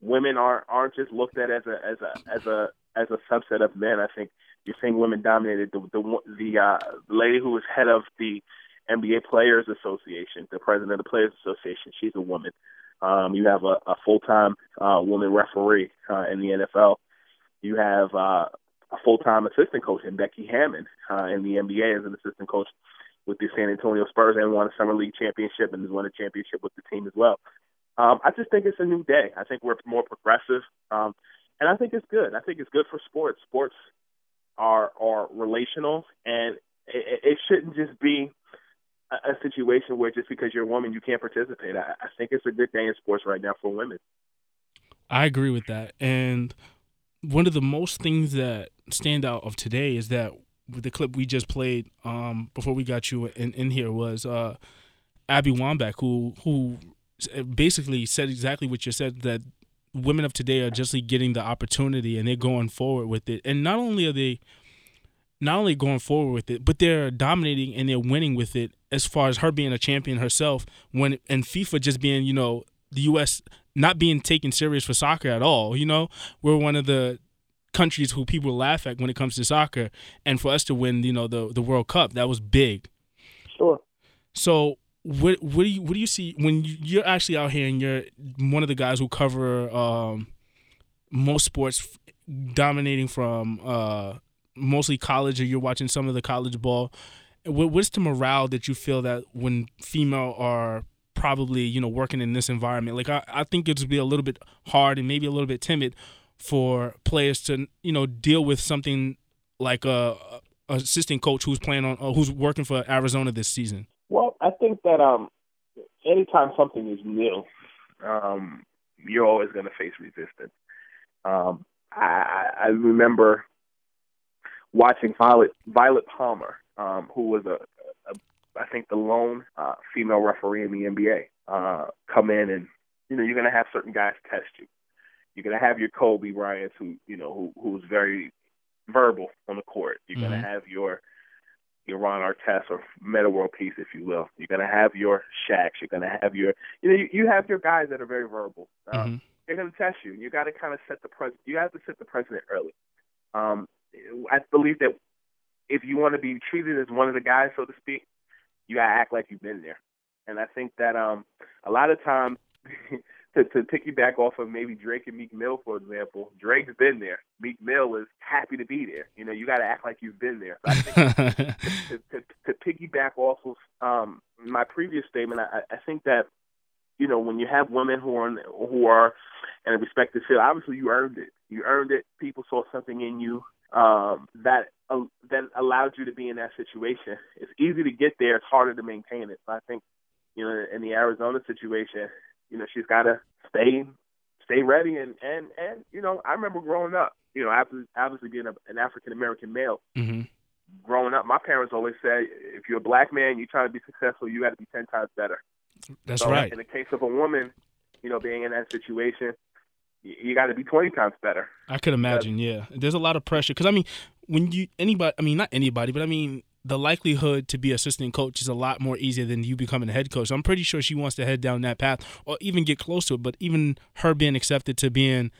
Speaker 19: women aren't aren't just looked at as a as a as a as a subset of men. I think you're seeing women dominated. The the one- the uh, lady who was head of the NBA Players Association, the president of the Players Association, she's a woman. Um, you have a, a full time uh, woman referee uh, in the NFL. You have uh, a full time assistant coach in Becky Hammond uh, in the NBA as an assistant coach with the San Antonio Spurs and won a summer league championship and has won a championship with the team as well. Um, I just think it's a new day. I think we're more progressive, um, and I think it's good. I think it's good for sports. Sports are are relational, and it, it shouldn't just be a, a situation where just because you're a woman you can't participate. I, I think it's a good day in sports right now for women.
Speaker 9: I agree with that. And one of the most things that stand out of today is that with the clip we just played um, before we got you in, in here was uh, Abby Wambach, who who s- uh, basically said exactly what you said that women of today are justly getting the opportunity and they're going forward with it. And not only are they not only going forward with it, but they're dominating and they're winning with it as far as her being a champion herself when and FIFA just being, you know, the US not being taken serious for soccer at all, you know? We're one of the countries who people laugh at when it comes to soccer and for us to win, you know, the the World Cup, that was big.
Speaker 19: Sure.
Speaker 9: So what what do you what do you see when you- you're actually out here and you're one of the guys who cover um most sports f- dominating from uh, mostly college, or you're watching some of the college ball. Wha- What's the morale that you feel that when female are probably you know working in this environment? Like I, I think it's be a little bit hard and maybe a little bit timid for players to you know deal with something like a, a assistant coach who's playing on or who's working for Arizona this season.
Speaker 19: Well, I think that um, anytime something is new, um, you're always going to face resistance. Um, I, I- I remember watching Violet Violet Palmer, um, who was a, a I think the lone uh, female referee in the NBA, uh, come in and you know you're going to have certain guys test you. You're going to have your Kobe Bryant, who you know who who's very verbal on the court. You're going
Speaker 20: Mhm.
Speaker 19: to have your your Ron Artest or Meta World Peace, if you will. You're going to have your Shaqs. You're going to have your you know you, you have your guys that are very verbal. Uh,
Speaker 9: Mm-hmm.
Speaker 19: They're going to test you. You got to kind of set the pres. You have to set the precedent early. Um, I believe that if you want to be treated as one of the guys, so to speak, you gotta act like you've been there. And I think that um, a lot of times, to, to piggyback off of maybe Drake and Meek Mill, for example, Drake's been there. Meek Mill is happy to be there. You know, you gotta act like you've been there. So I think to, to, to piggyback off of um, my previous statement, I, I I think that you know when you have women who are in, who are in a respected field, obviously you earned it. You earned it. People saw something in you um, that uh, that allowed you to be in that situation. It's easy to get there. It's harder to maintain it. So I think you know in the Arizona situation, you know she's got to stay stay ready and and and you know I remember growing up. You know, obviously, obviously being a, an African American male,
Speaker 9: Mm-hmm.
Speaker 19: growing up, my parents always said, if you're a black man, you try to be successful, you got to be ten times better.
Speaker 9: That's
Speaker 19: So
Speaker 9: right.
Speaker 19: In the case of a woman, you know, being in that situation, you, you got to be twenty times better.
Speaker 9: I could imagine, yeah. There's a lot of pressure because I mean, when you anybody, I mean not anybody, but I mean the likelihood to be assistant coach is a lot more easier than you becoming a head coach. I'm pretty sure she wants to head down that path or even get close to it. But even her being accepted to being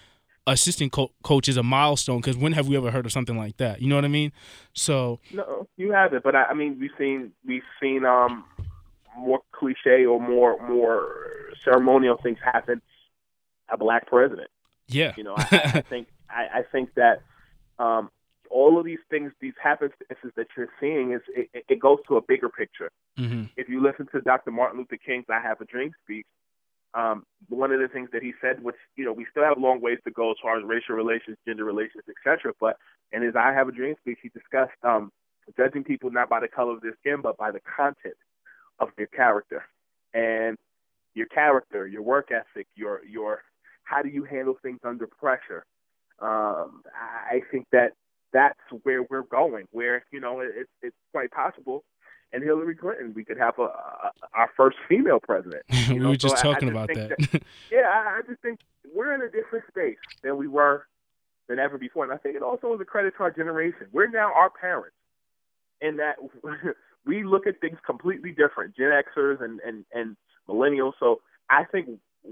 Speaker 9: assistant co- coach is a milestone because when have we ever heard of something like that? You know what I mean? So
Speaker 19: No, you haven't. But I, I mean, we've seen we've seen um more cliche or more more ceremonial things happen. A black president.
Speaker 9: yeah,
Speaker 19: You know, I, I I think I, I think that um, all of these things, these happenstances that you're seeing, is it, it- it goes to a bigger picture.
Speaker 9: Mhm.
Speaker 19: If you listen to Dr. Martin Luther King's "I Have a Dream" speech, um, one of the things that he said, which you know, we still have a long ways to go as far as racial relations, gender relations, etc. But in his "I Have a Dream" speech, he discussed um, judging people not by the color of their skin, but by the content of their character. And your character, your work ethic, your your how do you handle things under pressure? Um, I I think that that's where we're going. Where you know it, it's it's quite possible. And Hillary Clinton, we could have a, a our first female president.
Speaker 9: we were just
Speaker 19: so I- I
Speaker 9: talking
Speaker 19: just
Speaker 9: about
Speaker 19: think
Speaker 9: that.
Speaker 19: yeah, I, I just think we're in a different space than we were than ever before. And I think it also is a credit to our generation. We're now our parents in that we look at things completely different, Gen Xers and, and, and millennials. So I think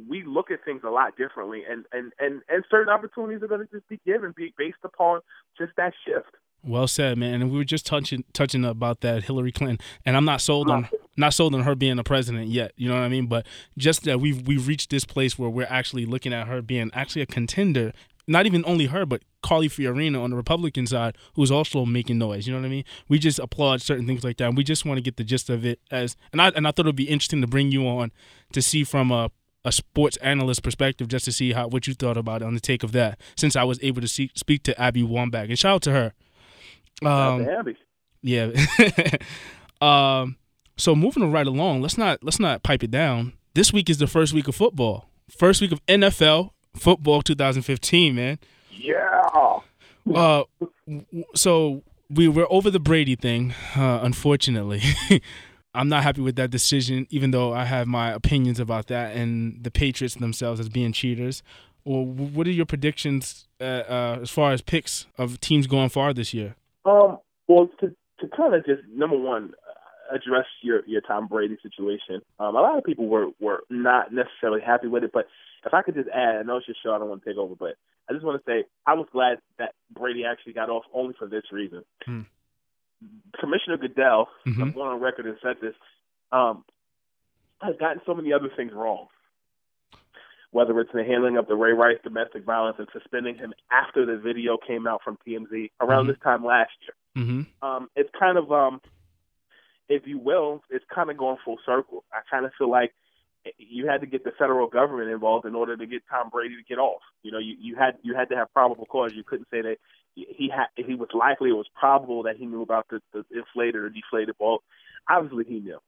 Speaker 19: we look at things a lot differently and, and, and, and certain opportunities are going to just be given be based upon just that shift.
Speaker 9: Well said, man. And we were just touching touching about that Hillary Clinton, and I'm not sold on not sold on her being the president yet. You know what I mean? But just that we've we've reached this place where we're actually looking at her being actually a contender. Not even only her, but Carly Fiorina on the Republican side, who's also making noise. You know what I mean? We just applaud certain things like that. And we just want to get the gist of it as and I and I thought it'd be interesting to bring you on to see from a a sports analyst perspective just to see how what you thought about it on the take of that. Since I was able to see, speak to Abby Wambach and shout out to her.
Speaker 19: Shout out to Abby.
Speaker 9: Yeah. um. So moving right along, let's not let's not pipe it down. This week is the first week of football. First week of NFL football 2015, man.
Speaker 19: Yeah.
Speaker 9: Uh. w- w- So we were over the Brady thing, uh, unfortunately. I'm not happy with that decision, even though I have my opinions about that and the Patriots themselves as being cheaters. Well, w- what are your predictions uh, uh, as far as picks of teams going far this year?
Speaker 19: Um, well, to to kind of just number one uh, address your your Tom Brady situation. Um, a lot of people were were not necessarily happy with it, but if I could just add, I know it's your show, I don't want to take over, but I just want to say I was glad that Brady actually got off only for this reason.
Speaker 9: Hmm.
Speaker 19: Commissioner Goodell,
Speaker 9: Mhm.
Speaker 19: I'm going on record and said this, um, has gotten so many other things wrong. Whether it's the handling of the Ray Rice domestic violence and suspending him after the video came out from TMZ around
Speaker 9: Mhm.
Speaker 19: this time last year
Speaker 9: Mm-hmm.
Speaker 19: um, it's kind of, um, if you will, it's kind of going full circle. I kind of feel like you had to get the federal government involved in order to get Tom Brady to get off. You know, you, you had you had to have probable cause. You couldn't say that he had he was likely it was probable that he knew about the, the inflated or deflated ball. Obviously, he knew.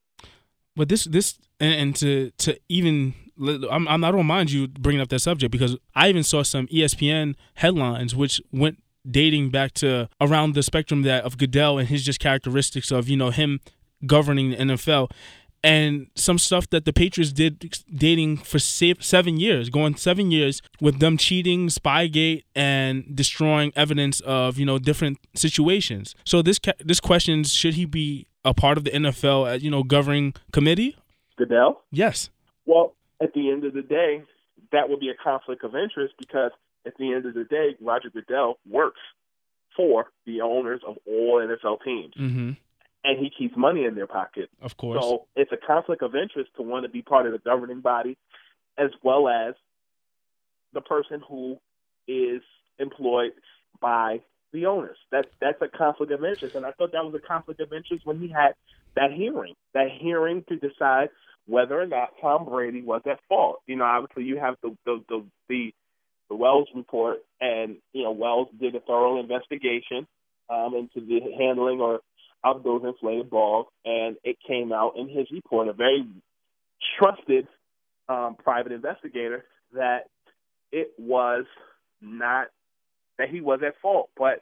Speaker 9: But this this and, and to to even I'm, I'm I don't mind you bringing up that subject because I even saw some E ESPN headlines which went dating back to around the spectrum that of Goodell and his just characteristics of you know him governing the NFL and some stuff that the Patriots did dating for se- seven years, going seven years with them cheating, Spygate, and destroying evidence of you know different situations. So this ca- this question should he be a part of the NFL, uh, you know, governing committee?
Speaker 19: Goodell.
Speaker 9: Yes.
Speaker 19: Well, at the end of the day, that would be a conflict of interest because at the end of the day, Roger Goodell works for the owners of all NFL teams.
Speaker 9: Mm-hmm.
Speaker 19: and he keeps money in their pocket.
Speaker 9: Of course.
Speaker 19: So it's a conflict of interest to want to be part of the governing body as well as the person who is employed by the owners. That's that's a conflict of interest. And I thought that was a conflict of interest when he had that hearing. That hearing to decide whether or not Tom Brady was at fault. You know, obviously you have the the the, the the Wells report, and you know Wells did a thorough investigation um, into the handling or of those inflated balls, and it came out in his report, a very trusted um, private investigator, that it was not that he was at fault, but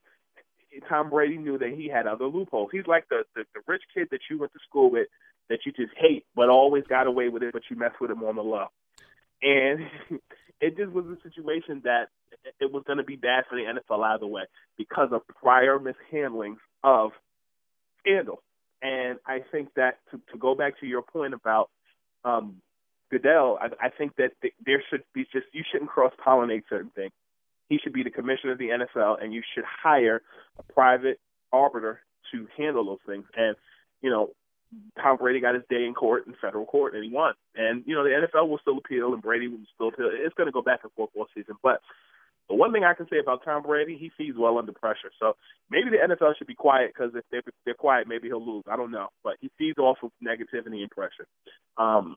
Speaker 19: Tom Brady knew that he had other loopholes. He's like the the, the rich kid that you went to school with that you just hate, but always got away with it, but you mess with him on the low. And it just was a situation that it was going to be bad for the NFL either way because of prior mishandlings of scandal. And I think that to, to go back to your point about um, Goodell, I, I think that th- there should be just you shouldn't cross pollinate certain things. He should be the commissioner of the NFL, and you should hire a private arbiter to handle those things. And you know, Tom Brady got his day in court in federal court, and he won. And you know, the NFL will still appeal, and Brady will still appeal. It's going to go back and forth all season. But the one thing I can say about Tom Brady, he feeds well under pressure. So maybe the NFL should be quiet because if they're, they're quiet, maybe he'll lose. I don't know, but he feeds off of negativity and pressure. Um,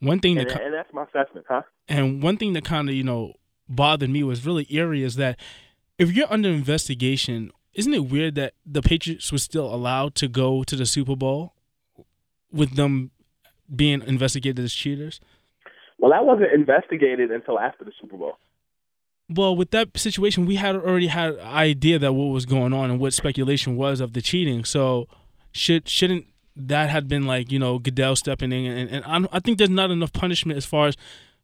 Speaker 9: One thing
Speaker 19: and,
Speaker 9: that
Speaker 19: and that's my assessment, huh?
Speaker 9: And one thing that kind of, you know, bothered me was really eerie is that if you're under investigation, isn't it weird that the Patriots were still allowed to go to the Super Bowl with them being investigated as cheaters?
Speaker 19: Well, I wasn't investigated until after the Super Bowl.
Speaker 9: Well, with that situation, we had already had an idea that what was going on and what speculation was of the cheating. So, should shouldn't that have been like you know Goodell stepping in? And, and I'm, I think there's not enough punishment as far as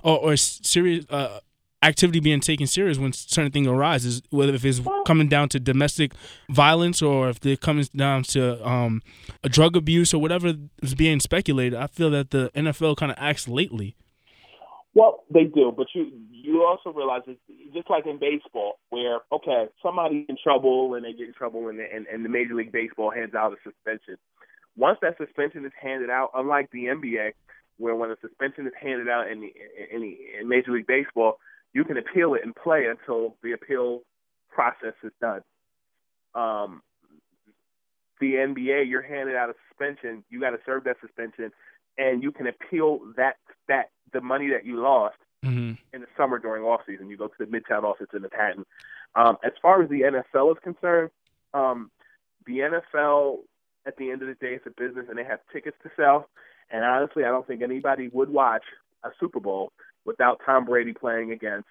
Speaker 9: or, or serious uh, activity being taken serious when certain thing arises, whether if it's coming down to domestic violence or if it comes down to um, a drug abuse or whatever is being speculated. I feel that the NFL kind of acts lately.
Speaker 19: Well, they do, but you you also realize it's just like in baseball, where okay, somebody's in trouble and they get in trouble, and and, and the Major League Baseball hands out a suspension. Once that suspension is handed out, unlike the NBA, where when a suspension is handed out in the, in, the, in Major League Baseball, you can appeal it and play until the appeal process is done. Um, the NBA, you're handed out a suspension, you got to serve that suspension, and you can appeal that that the money that you lost in the summer during off season. You go to the Midtown office in Manhattan. Um, as far as the NFL is concerned, um, the NFL at the end of the day is a business, and they have tickets to sell. And honestly, I don't think anybody would watch a Super Bowl without Tom Brady playing against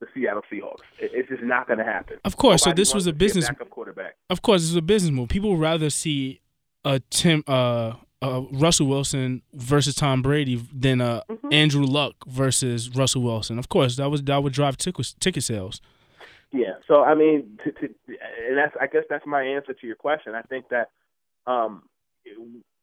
Speaker 19: the Seattle Seahawks. It, it's just not going to happen.
Speaker 9: Of course, so
Speaker 19: Nobody
Speaker 9: this
Speaker 19: wants
Speaker 9: was a
Speaker 19: to see
Speaker 9: business-
Speaker 19: backup quarterback.
Speaker 9: Of course, it's a business move. People would rather see a Tim, uh, uh, Russell Wilson versus Tom Brady than uh, Andrew Luck versus Russell Wilson. Of course, that was that would drive ticket ticket sales.
Speaker 19: Yeah. So I mean, to, to, and that's I guess that's my answer to your question. I think that um,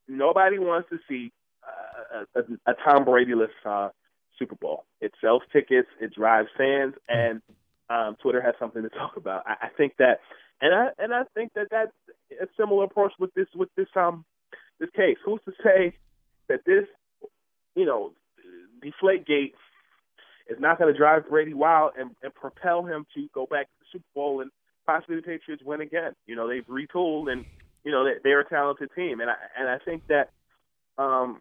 Speaker 19: nobody wants to see uh, a, a, a Tom Brady-less uh, Super Bowl. It sells tickets, it drives fans, and um, Twitter has something to talk about. I, I think that, and I and I think that that's a similar approach with this with this um this case. Who's to say that this you know deflate gate is not going to drive Brady wild and, and propel him to go back to the Super Bowl and possibly the Patriots win again. You know, they've retooled and you know they, they're a talented team, and I and I think that um,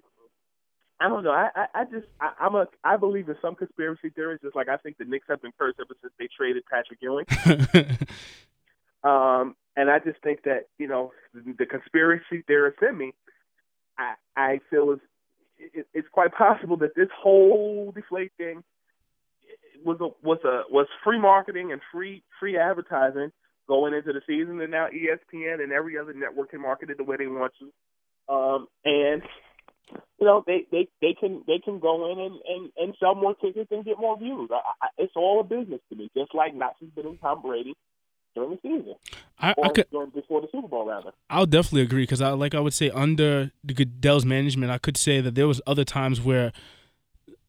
Speaker 19: I don't know. I I, I just I, I'm a I believe in some conspiracy theories, just like I think the Knicks have been cursed ever since they traded Patrick Ewing. um, and I just think that you know the, the conspiracy theorist in me, I I feel is it, it's quite possible that this whole deflate thing was a, was a was free marketing and free free advertising going into the season, and now E ESPN and every other network can market it the way they want to. Um, and you know they they they can they can go in and and, and sell more tickets and get more views. I, I, it's all a business to me, just like not suspending Tom Brady during the season
Speaker 9: I,
Speaker 19: or
Speaker 9: I could
Speaker 19: during, before the Super Bowl, rather.
Speaker 9: I'll definitely agree because I like I would say under the Goodell's management, I could say that there was other times where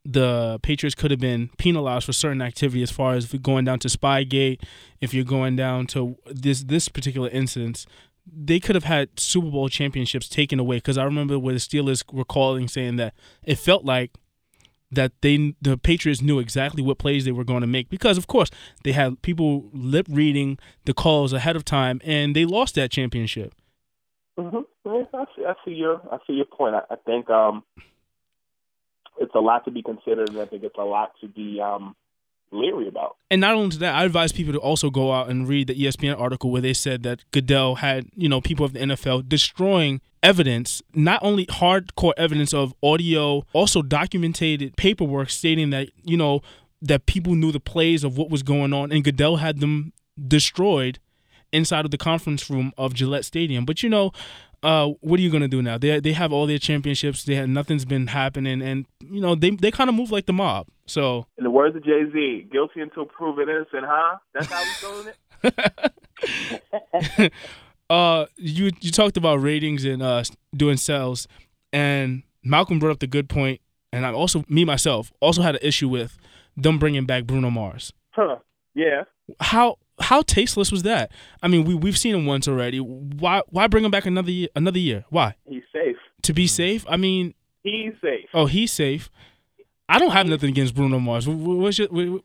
Speaker 9: the Patriots could have been penalized for certain activity as far as if you're going down to Spygate, if you're going down to this this particular instance, they could have had Super Bowl championships taken away because I remember where the Steelers were calling saying that it felt like that they the Patriots knew exactly what plays they were going to make because of course they had people lip reading the calls ahead of time and they lost that championship.
Speaker 19: hmm I see. I see your. I see your point. I, I think um, it's a lot to be considered, and I think it's a lot to be um, leery about.
Speaker 9: And not only that, I advise people to also go out and read the E ESPN article where they said that Goodell had, you know, people of the NFL destroying evidence, not only hardcore evidence of audio, also documented paperwork stating that, you know, that people knew the plays of what was going on and Goodell had them destroyed inside of the conference room of Gillette Stadium. But you know, uh, what are you gonna do now? They they have all their championships. They had nothing's been happening, and you know they they kind of move like the mob. So
Speaker 19: In the words of Jay Z, "Guilty until proven innocent," huh? That's how we doing it.
Speaker 9: uh, you you talked about ratings and uh, doing sales, and Malcolm brought up the good point, and I also me myself also had an issue with them bringing back Bruno Mars.
Speaker 19: Huh? Yeah.
Speaker 9: How how tasteless was that? I mean, we we've seen him once already. Why why bring him back another year, another year? Why
Speaker 19: He's safe.
Speaker 9: to be safe? I mean,
Speaker 19: He's safe.
Speaker 9: oh, he's safe. I don't have nothing against Bruno Mars. Wh- wh- what's your- wh-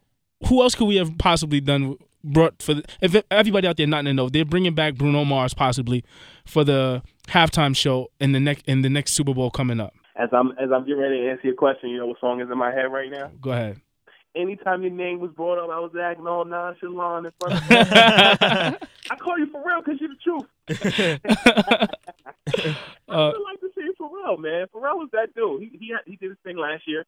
Speaker 9: wh- who else could we have possibly done brought for the, if e-, everybody out there not in the know they're bringing back Bruno Mars possibly for the halftime show in the next in the next Super Bowl coming up.
Speaker 19: As I'm as I'm getting ready to answer your question, you know what song is in my head right now?
Speaker 9: Go ahead.
Speaker 19: Anytime your name was brought up, I was acting all nonchalant in front of. I call you for real because you're the truth. I would like to see Pharrell, man. Pharrell is that dude. He he he did his thing last year,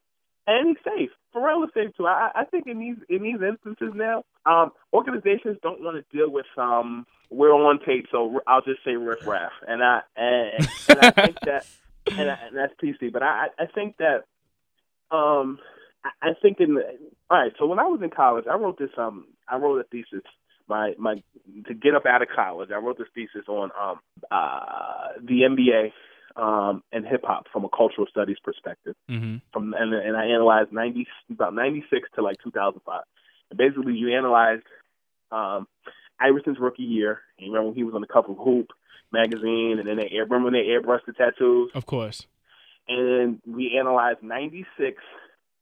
Speaker 19: and he's safe. Pharrell is safe too. I I I think in these in these instances now, um, organizations don't want to deal with um. We're on tape, so I'll just say riff raff, and I and, and I think that and, I, and that's PC. But I I I think that um I- I think in the, all right. So when I was in college, I wrote this um I wrote a thesis my my to get up out of college. I wrote this thesis on um uh the NBA um and hip hop from a cultural studies perspective.
Speaker 10: Mm-hmm.
Speaker 19: From and and I analyzed ninety about ninety six to like two thousand five. And basically, you analyzed um Iverson's rookie year. And you remember when he was on the cover of Hoop magazine, and then they air, remember when they airbrushed the tattoos
Speaker 9: Of course.
Speaker 19: and we analyzed 96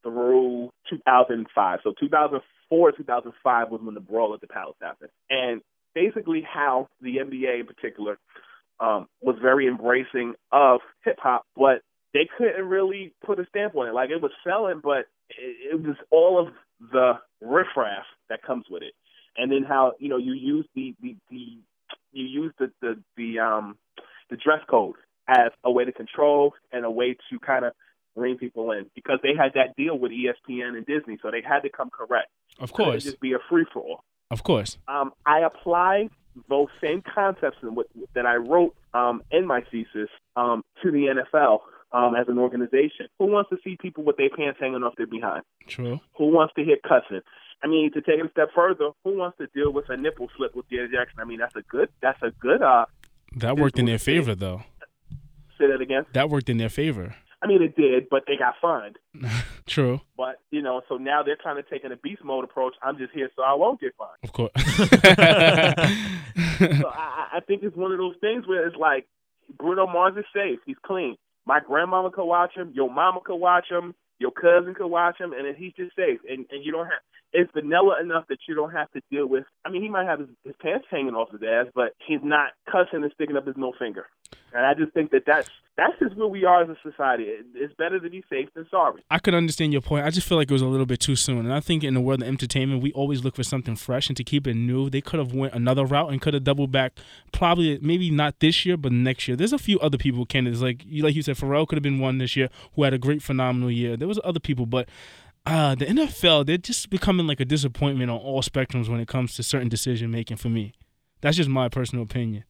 Speaker 19: through 2005. So 2004, 2005 was when the brawl at the Palace happened. And basically, how the NBA in particular um, was very embracing of hip hop, but they couldn't really put a stamp on it. Like it was selling, but it, it was all of the riffraff that comes with it. And then how you know you use the the, the you use the, the the um the dress code as a way to control and a way to kind of bring people in because they had that deal with E ESPN and Disney, so they had to come correct.
Speaker 9: Of
Speaker 19: Couldn't
Speaker 9: course.
Speaker 19: just be a free for all.
Speaker 9: Of course.
Speaker 19: Um, I applied those same concepts in what, that I wrote um, in my thesis um, to the NFL um, as an organization. Who wants to see people with their pants hanging off their behind?
Speaker 9: True.
Speaker 19: Who wants to hear cussing? I mean, to take it a step further, who wants to deal with a nipple slip with Janet Jackson? I mean, that's a good. That's a good. Uh,
Speaker 9: That worked in their favor, though.
Speaker 19: say that again.
Speaker 9: That worked in their favor.
Speaker 19: I mean, it did, but they got fined.
Speaker 9: True.
Speaker 19: But you know, so now they're kind of taking a beast mode approach. I'm just here so I won't get fined.
Speaker 9: Of course.
Speaker 19: so I, I I think it's one of those things where it's like Bruno Mars is safe. He's clean. My grandmama could watch him. Your mama could watch him. Your cousin could watch him, and then he's just safe. And and you don't have it's vanilla enough that you don't have to deal with. I mean, he might have his, his pants hanging off his ass, but he's not cussing and sticking up his no finger. And I just think that that's that's just where we are as a society. It, it's better to be safe than sorry.
Speaker 9: I could understand your point. I just feel like it was a little bit too soon. And I think in the world of entertainment, we always look for something fresh and to keep it new. They could have went another route and could have doubled back. Probably maybe not this year, but next year. There's a few other people candidates like you like you said Pharrell could have been one this year who had a great phenomenal year. There was other people, but uh, the NFL they're just becoming like a disappointment on all spectrums when it comes to certain decision making for me. That's just my personal opinion.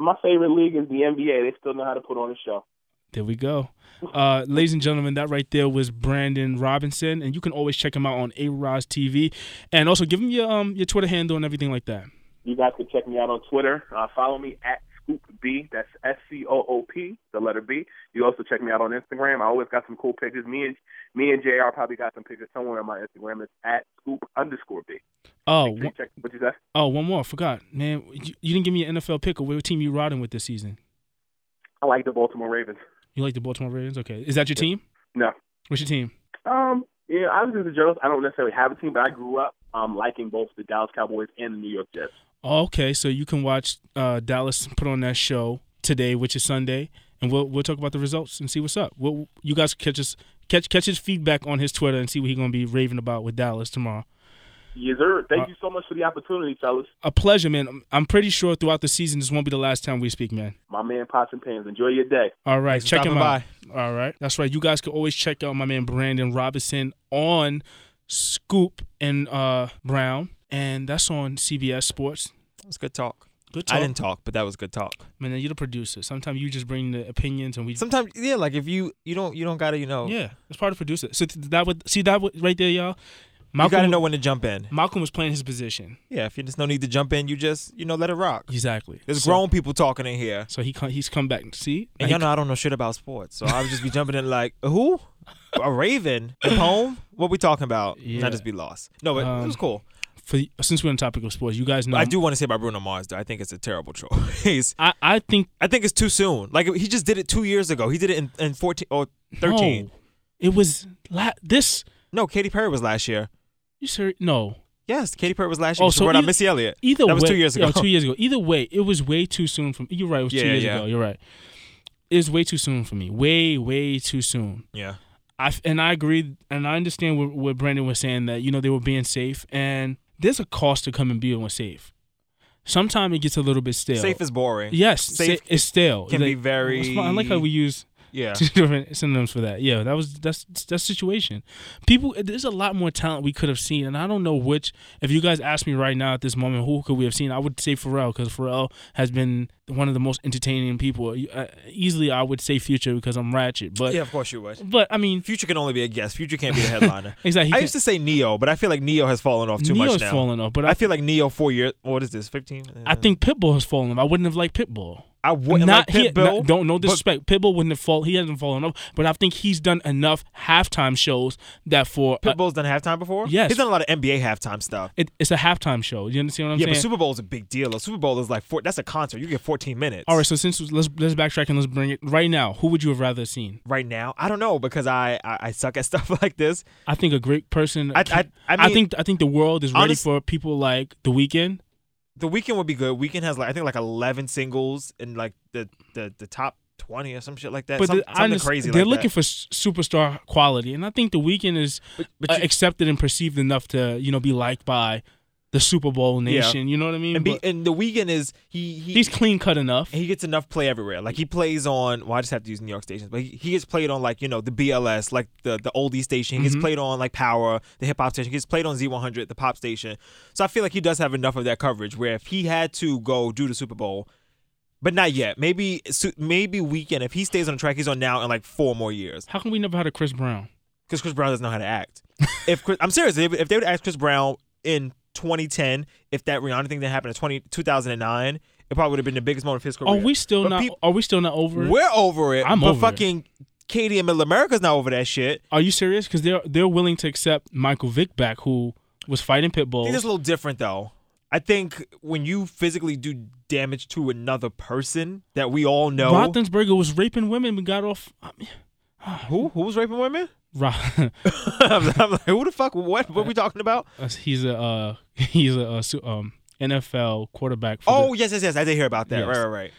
Speaker 19: My favorite league is the NBA. They still know how to put on a show.
Speaker 9: There we go. Uh, ladies and gentlemen, that right there was Brandon Robinson, and you can always check him out on A Roz TV, and also give him your um your Twitter handle and everything like that.
Speaker 19: You guys can check me out on Twitter. Uh, follow me at Scoop B. That's S C O O P, the letter B. You also check me out on Instagram. I always got some cool pictures. Me and me and Jr. probably got some pictures somewhere on my Instagram. It's at Scoop underscore B.
Speaker 9: Oh,
Speaker 19: Make sure you
Speaker 9: one,
Speaker 19: check what you said.
Speaker 9: oh, one more. I forgot, man. You, you didn't give me an NFL pick. Or what team you riding with this season?
Speaker 19: I like the Baltimore Ravens.
Speaker 9: You like the Baltimore Ravens? Okay, is that your team?
Speaker 19: No.
Speaker 9: What's your team?
Speaker 19: Um, yeah, I was just a journalist. I don't necessarily have a team, but I grew up um liking both the Dallas Cowboys and the New York Jets.
Speaker 9: Oh, okay, so you can watch uh, Dallas put on that show today, which is Sunday, and we'll we'll talk about the results and see what's up. We'll, you guys can catch us catch catch his feedback on his Twitter and see what he's gonna be raving about with Dallas tomorrow.
Speaker 19: Yes, sir. Thank
Speaker 9: Uh,
Speaker 19: you so much for the opportunity, fellas.
Speaker 9: A pleasure, man. I'm- I'm pretty sure throughout the season this won't be the last time we speak, man.
Speaker 19: My man, Pots and Pans. Enjoy your day.
Speaker 9: All right,
Speaker 19: for
Speaker 9: check him
Speaker 19: stopping
Speaker 9: out. All right, that's right. You guys can always check out my man Brandon Robinson on Scoop and uh, Brown, and that's on CBS Sports.
Speaker 10: That's good talk.
Speaker 9: Good talk.
Speaker 10: I didn't talk, but that was good talk.
Speaker 9: Man, you're the producer. Sometimes you just bring the opinions, and we Oh.
Speaker 10: Sometimes, yeah, like if you you don't you don't gotta you know
Speaker 9: yeah, it's part of producer. So th- that would see that would, right there, y'all.
Speaker 10: you gotta
Speaker 9: Malcolm-
Speaker 10: know when to jump in.
Speaker 9: Malcolm was playing his position.
Speaker 10: Yeah, if you just no need to jump in, you just you know let it rock.
Speaker 9: Exactly.
Speaker 10: There's
Speaker 9: So-
Speaker 10: grown people talking in here.
Speaker 9: So he come, he's come back. See, Now
Speaker 10: and y'all
Speaker 9: he-
Speaker 10: know I don't know shit about sports, so I would just be jumping in like who a raven the poem. What we talking about? And
Speaker 9: Yeah.
Speaker 10: I just be lost. No, but it was
Speaker 9: Um,
Speaker 10: cool.
Speaker 9: For since we're on the topic of sports, you guys know
Speaker 10: I do want to say about Bruno Mars though. I think it's a terrible choice.
Speaker 9: I, I think
Speaker 10: I think it's too soon. Like he just did it two years ago. He did it in, in fourteen oh, or thirteen.
Speaker 9: No. it was la- this.
Speaker 10: No, Katy Perry was last year.
Speaker 9: You serious? No.
Speaker 10: Yes, Katy Perry was last year. she wrote out
Speaker 9: eith-
Speaker 10: Missy Elliott.
Speaker 9: Either
Speaker 10: that was
Speaker 9: way,
Speaker 10: two years ago.
Speaker 9: yeah, two years ago. Either way, it was way too soon. From you're right. It was
Speaker 10: Yeah,
Speaker 9: two years
Speaker 10: yeah.
Speaker 9: ago. You're right. It was way too soon for me. Way, way too soon.
Speaker 10: Yeah.
Speaker 9: I f- and I agree and I understand what, what Brandon was saying that you know they were being safe and there's a cost to come and being safe. Sometimes it gets a little bit stale.
Speaker 10: Safe is boring.
Speaker 9: Yes,
Speaker 10: Safe
Speaker 9: safe is stale.
Speaker 10: can be
Speaker 9: Like,
Speaker 10: very-
Speaker 9: I like how we use
Speaker 10: Yeah.
Speaker 9: Two different synonyms for that. Yeah, that was that's that's situation. People, there's a lot more talent we could have seen, and I don't know which. If you guys ask me right now at this moment, who could we have seen? I would say Pharrell because Pharrell has been one of the most entertaining people. You- uh, Easily, I would say Future because I'm ratchet, but
Speaker 10: yeah, of course you would.
Speaker 9: But I mean,
Speaker 10: Future can only be a guest. Future can't be the headliner.
Speaker 9: Exactly, he
Speaker 10: I
Speaker 9: can't-
Speaker 10: used to say Neo, but I feel like Neo has fallen off too
Speaker 9: Neo's
Speaker 10: much now.
Speaker 9: fallen off, but
Speaker 10: I, feel like Neo four years. What is this? Fifteen.
Speaker 9: I think Pitbull has fallen off. I wouldn't have liked Pitbull.
Speaker 10: I wouldn't like
Speaker 9: he-
Speaker 10: Pitbull,
Speaker 9: not- don't no
Speaker 10: but-
Speaker 9: disrespect. Pitbull wouldn't have fallen. He hasn't fallen off, but I think he's done enough halftime shows that for
Speaker 10: Pitbull's done halftime before.
Speaker 9: Yes.
Speaker 10: he's done a lot of NBA halftime stuff.
Speaker 9: It, it's a halftime show. You understand what I'm
Speaker 10: yeah,
Speaker 9: saying?
Speaker 10: but Super Bowl is a big deal. A Super Bowl is like four, that's a concert. You get 14 minutes.
Speaker 9: All right, so since let's let's backtrack and let's bring it right now. Who would you have rather seen?
Speaker 10: Right now, I don't know because I I, I suck at stuff like this.
Speaker 9: I think a great person.
Speaker 10: I I, I, mean,
Speaker 9: think I think the world is ready
Speaker 10: Honest-
Speaker 9: for people like The Weeknd.
Speaker 10: the weekend would be good. Weekend has like I think like 11 singles and like the the, the top 20 or some shit like that.
Speaker 9: But
Speaker 10: Some-
Speaker 9: the- I
Speaker 10: something
Speaker 9: understand-
Speaker 10: crazy.
Speaker 9: They're
Speaker 10: like
Speaker 9: looking
Speaker 10: that.
Speaker 9: for s- superstar quality, and I think The Weeknd is
Speaker 10: but
Speaker 9: uh,
Speaker 10: you-
Speaker 9: accepted and perceived enough to you know be liked by the Super Bowl nation. You know what I mean?
Speaker 10: And, be,
Speaker 9: But
Speaker 10: and the weekend is he, he
Speaker 9: he's clean cut enough.
Speaker 10: He gets enough play everywhere. Like he plays on. Well, I just have to use New York stations, but he, he gets played on like you know the BLS, like the the oldie station. He gets
Speaker 9: Mhm.
Speaker 10: played on like Power, the hip hop station. He gets played on Z100, the pop station. So I feel like he does have enough of that coverage. Where if he had to go do the Super Bowl, but not yet. Maybe su- maybe weekend. If he stays on the track he's on now in like four more years,
Speaker 9: how come we never had a Chris Brown?
Speaker 10: Because Chris Brown doesn't know how to act. if Chris, I'm serious, if, if they would ask Chris Brown in 2010 if that Rihanna thing that happened in 20, 2009, it probably would have been the biggest moment of his career.
Speaker 9: Are Oh, we still
Speaker 10: But
Speaker 9: not?
Speaker 10: peop-
Speaker 9: are we still not over? it?
Speaker 10: we're over it.
Speaker 9: I'm
Speaker 10: but
Speaker 9: over it.
Speaker 10: fucking Katie and Middle America's not over that shit.
Speaker 9: Are you serious? Because they're they're willing to accept Michael Vick back, who was fighting
Speaker 10: I
Speaker 9: Pitbull.
Speaker 10: think it's a little different though. I think when you physically do damage to another person that we all know,
Speaker 9: Roethlisberger was raping women. We got off. I mean,
Speaker 10: who who was raping women?
Speaker 9: Ro-
Speaker 10: I'm, I'm like, who the fuck? What? What we talking about?
Speaker 9: he's a uh, he's a, uh, su- um NFL quarterback. For
Speaker 10: Oh
Speaker 9: the,
Speaker 10: yes, yes, yes. I did hear about that.
Speaker 9: Yes.
Speaker 10: Right, right, right.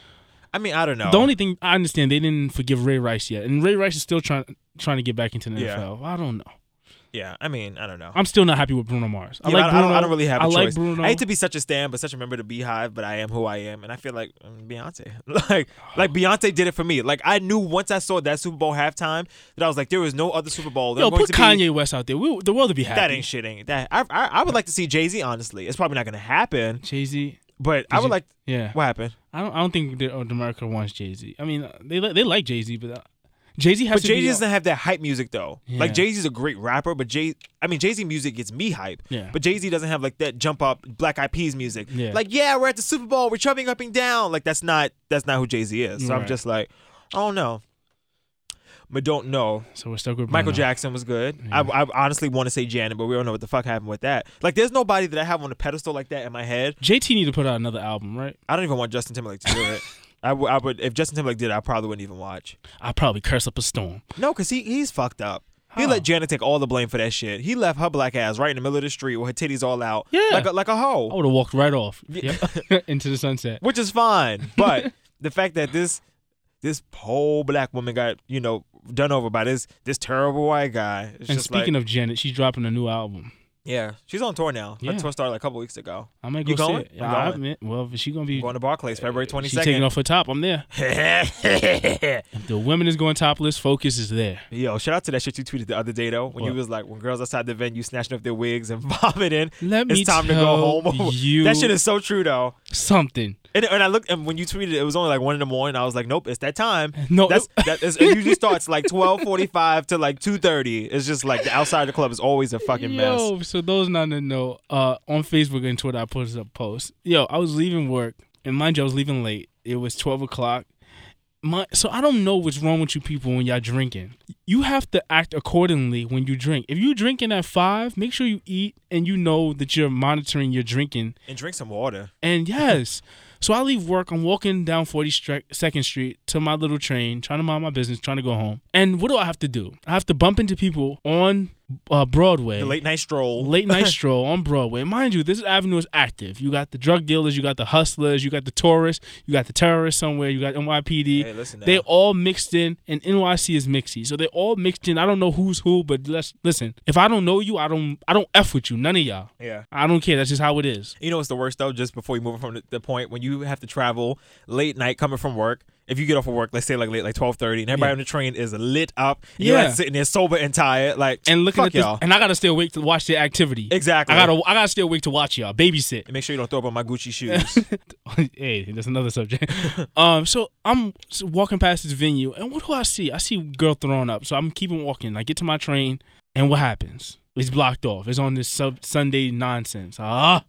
Speaker 10: I mean, I don't know.
Speaker 9: The only thing I understand they didn't forgive Ray Rice yet, and Ray Rice is still trying trying to get back into the
Speaker 10: Yeah.
Speaker 9: NFL. I don't know.
Speaker 10: Yeah, I mean, I don't know.
Speaker 9: I'm still not happy with Bruno Mars. e- I
Speaker 10: Yeah,
Speaker 9: like
Speaker 10: I,
Speaker 9: Bruno.
Speaker 10: don't, I don't really have a
Speaker 9: I like
Speaker 10: choice.
Speaker 9: Bruno.
Speaker 10: I hate to be such a stan, but such a member of the Beehive, but I am who I am, and I feel like um, Beyonce. Like, like Beyonce did it for me. Like, I knew once I saw that Super Bowl halftime that I was like, there is no other Super Bowl. They're
Speaker 9: Yo,
Speaker 10: going
Speaker 9: put
Speaker 10: to be-
Speaker 9: Kanye West out there. We, the world would be happy.
Speaker 10: That ain't shitting. That I, I, I would like to see Jay Z. Honestly, it's probably not going to happen.
Speaker 9: Jay Z.
Speaker 10: But I
Speaker 9: Did
Speaker 10: would
Speaker 9: you-
Speaker 10: like.
Speaker 9: Yeah.
Speaker 10: What happened?
Speaker 9: I don't. I don't think that, uh, America wants Jay Z. I mean, uh, they li- they like Jay Z, but uh, Jay Z has
Speaker 10: But
Speaker 9: to
Speaker 10: Jay Z
Speaker 9: be.
Speaker 10: doesn't have that hype music though. Like
Speaker 9: Yeah.
Speaker 10: Jay Z's a great rapper, but Jay, I mean Jay Z music gets me hype.
Speaker 9: Yeah.
Speaker 10: But Jay Z doesn't have like that jump up Black Eyed Peas music.
Speaker 9: Yeah.
Speaker 10: Like yeah, we're at the Super Bowl, we're chubbing up and down. Like that's not that's not who Jay Z is. So I'm
Speaker 9: Right.
Speaker 10: just like, oh no. But don't know.
Speaker 9: So we're stuck with
Speaker 10: Michael
Speaker 9: Bruno.
Speaker 10: Jackson was good. I, I honestly want to say Janet, but we don't know what the fuck happened with that. Like, there's nobody that I have on a pedestal like that in my head.
Speaker 9: JT need to put out another album, right?
Speaker 10: I don't even want Justin Timberlake to do it. I, w- I would if Justin Timberlake did, it, I probably wouldn't even watch.
Speaker 9: I probably curse up a storm.
Speaker 10: No, because he he's fucked up. He let Janet take all the blame for that shit. He left her black ass right in the middle of the street with her titties all out.
Speaker 9: Yeah.
Speaker 10: Like a, like a hoe.
Speaker 9: I would have walked right off
Speaker 10: Yeah.
Speaker 9: Yep. into the sunset.
Speaker 10: Which is fine. But the fact that this this whole black woman got, you know, done over by this this terrible white guy. It's
Speaker 9: and
Speaker 10: just like-
Speaker 9: speaking of Janet, she's dropping a new album.
Speaker 10: Yeah. She's on tour now.
Speaker 9: Yeah.
Speaker 10: Her tour Oh, started like a couple weeks ago.
Speaker 9: I might go
Speaker 10: you
Speaker 9: see
Speaker 10: going?
Speaker 9: it.
Speaker 10: I'm
Speaker 9: I- I
Speaker 10: going.
Speaker 9: admit- well, she's gonna be
Speaker 10: going to Barclays February twenty
Speaker 9: she's
Speaker 10: second.
Speaker 9: taking off her top. I'm there. If the women is going topless. Focus is there.
Speaker 10: Yo, shout out to that shit you tweeted the other day though, when you
Speaker 9: What?
Speaker 10: was like, when girls outside the venue snatching up their wigs and vomiting.
Speaker 9: Let
Speaker 10: it's
Speaker 9: me
Speaker 10: time to
Speaker 9: tell
Speaker 10: go home.
Speaker 9: you
Speaker 10: that shit is so true though.
Speaker 9: Something.
Speaker 10: And, and I looked, and when you tweeted, it it was only like one in the morning. I was like, nope, it's that time.
Speaker 9: No,
Speaker 10: that's
Speaker 9: it-
Speaker 10: that is, it usually starts like twelve forty five to like two thirty. It's just like the outside of the club is always a fucking mess.
Speaker 9: Yo, so those not that know, uh, on Facebook and Twitter, I posted a post. Yo, I was leaving work, and mind you, I was leaving late. It was twelve o'clock. My, so I don't know what's wrong with you people when y'all drinking. You have to act accordingly when you drink. If you drinking at five, make sure you eat and you know that you're monitoring your drinking
Speaker 10: And drink some water.
Speaker 9: and yes, so I leave work. I'm walking down 42nd Street to my little train, trying to mind my business, trying to go home. And what do I have to do? I have to bump into people on uh, Broadway.
Speaker 10: The late night stroll.
Speaker 9: Late night stroll on Broadway. Mind you, this avenue is active. You got the drug dealers, you got the hustlers, you got the tourists, you got the terrorists somewhere, you got NYPD.
Speaker 10: Hey, listen now.
Speaker 9: they all mixed in, and NYC is mixy. So they all mixed in. I don't know who's who, but let's listen. If I don't know you, I don't. I don't f with you. None of y'all.
Speaker 10: Yeah.
Speaker 9: I don't care. That's just how it is.
Speaker 10: You know what's the worst though? Just before you move on from the, the point when you have to travel late night coming from work if you get off of work, let's say like late, like twelve thirty, and everybody
Speaker 9: Yeah.
Speaker 10: on the train is lit up. and You're
Speaker 9: Yeah.
Speaker 10: like sitting there sober and tired, like
Speaker 9: and looking
Speaker 10: fuck
Speaker 9: at this,
Speaker 10: y'all.
Speaker 9: and I gotta stay awake to watch their activity.
Speaker 10: Exactly.
Speaker 9: I gotta, I gotta stay awake to watch y'all babysit.
Speaker 10: make sure you don't throw up on my Gucci shoes.
Speaker 9: hey, that's another subject. um, so I'm s- walking past this venue, and what do I see? I see a girl throwing up. So I'm keeping walking. I get to my train, and what happens? It's blocked off. It's on this sub Sunday nonsense. Ah,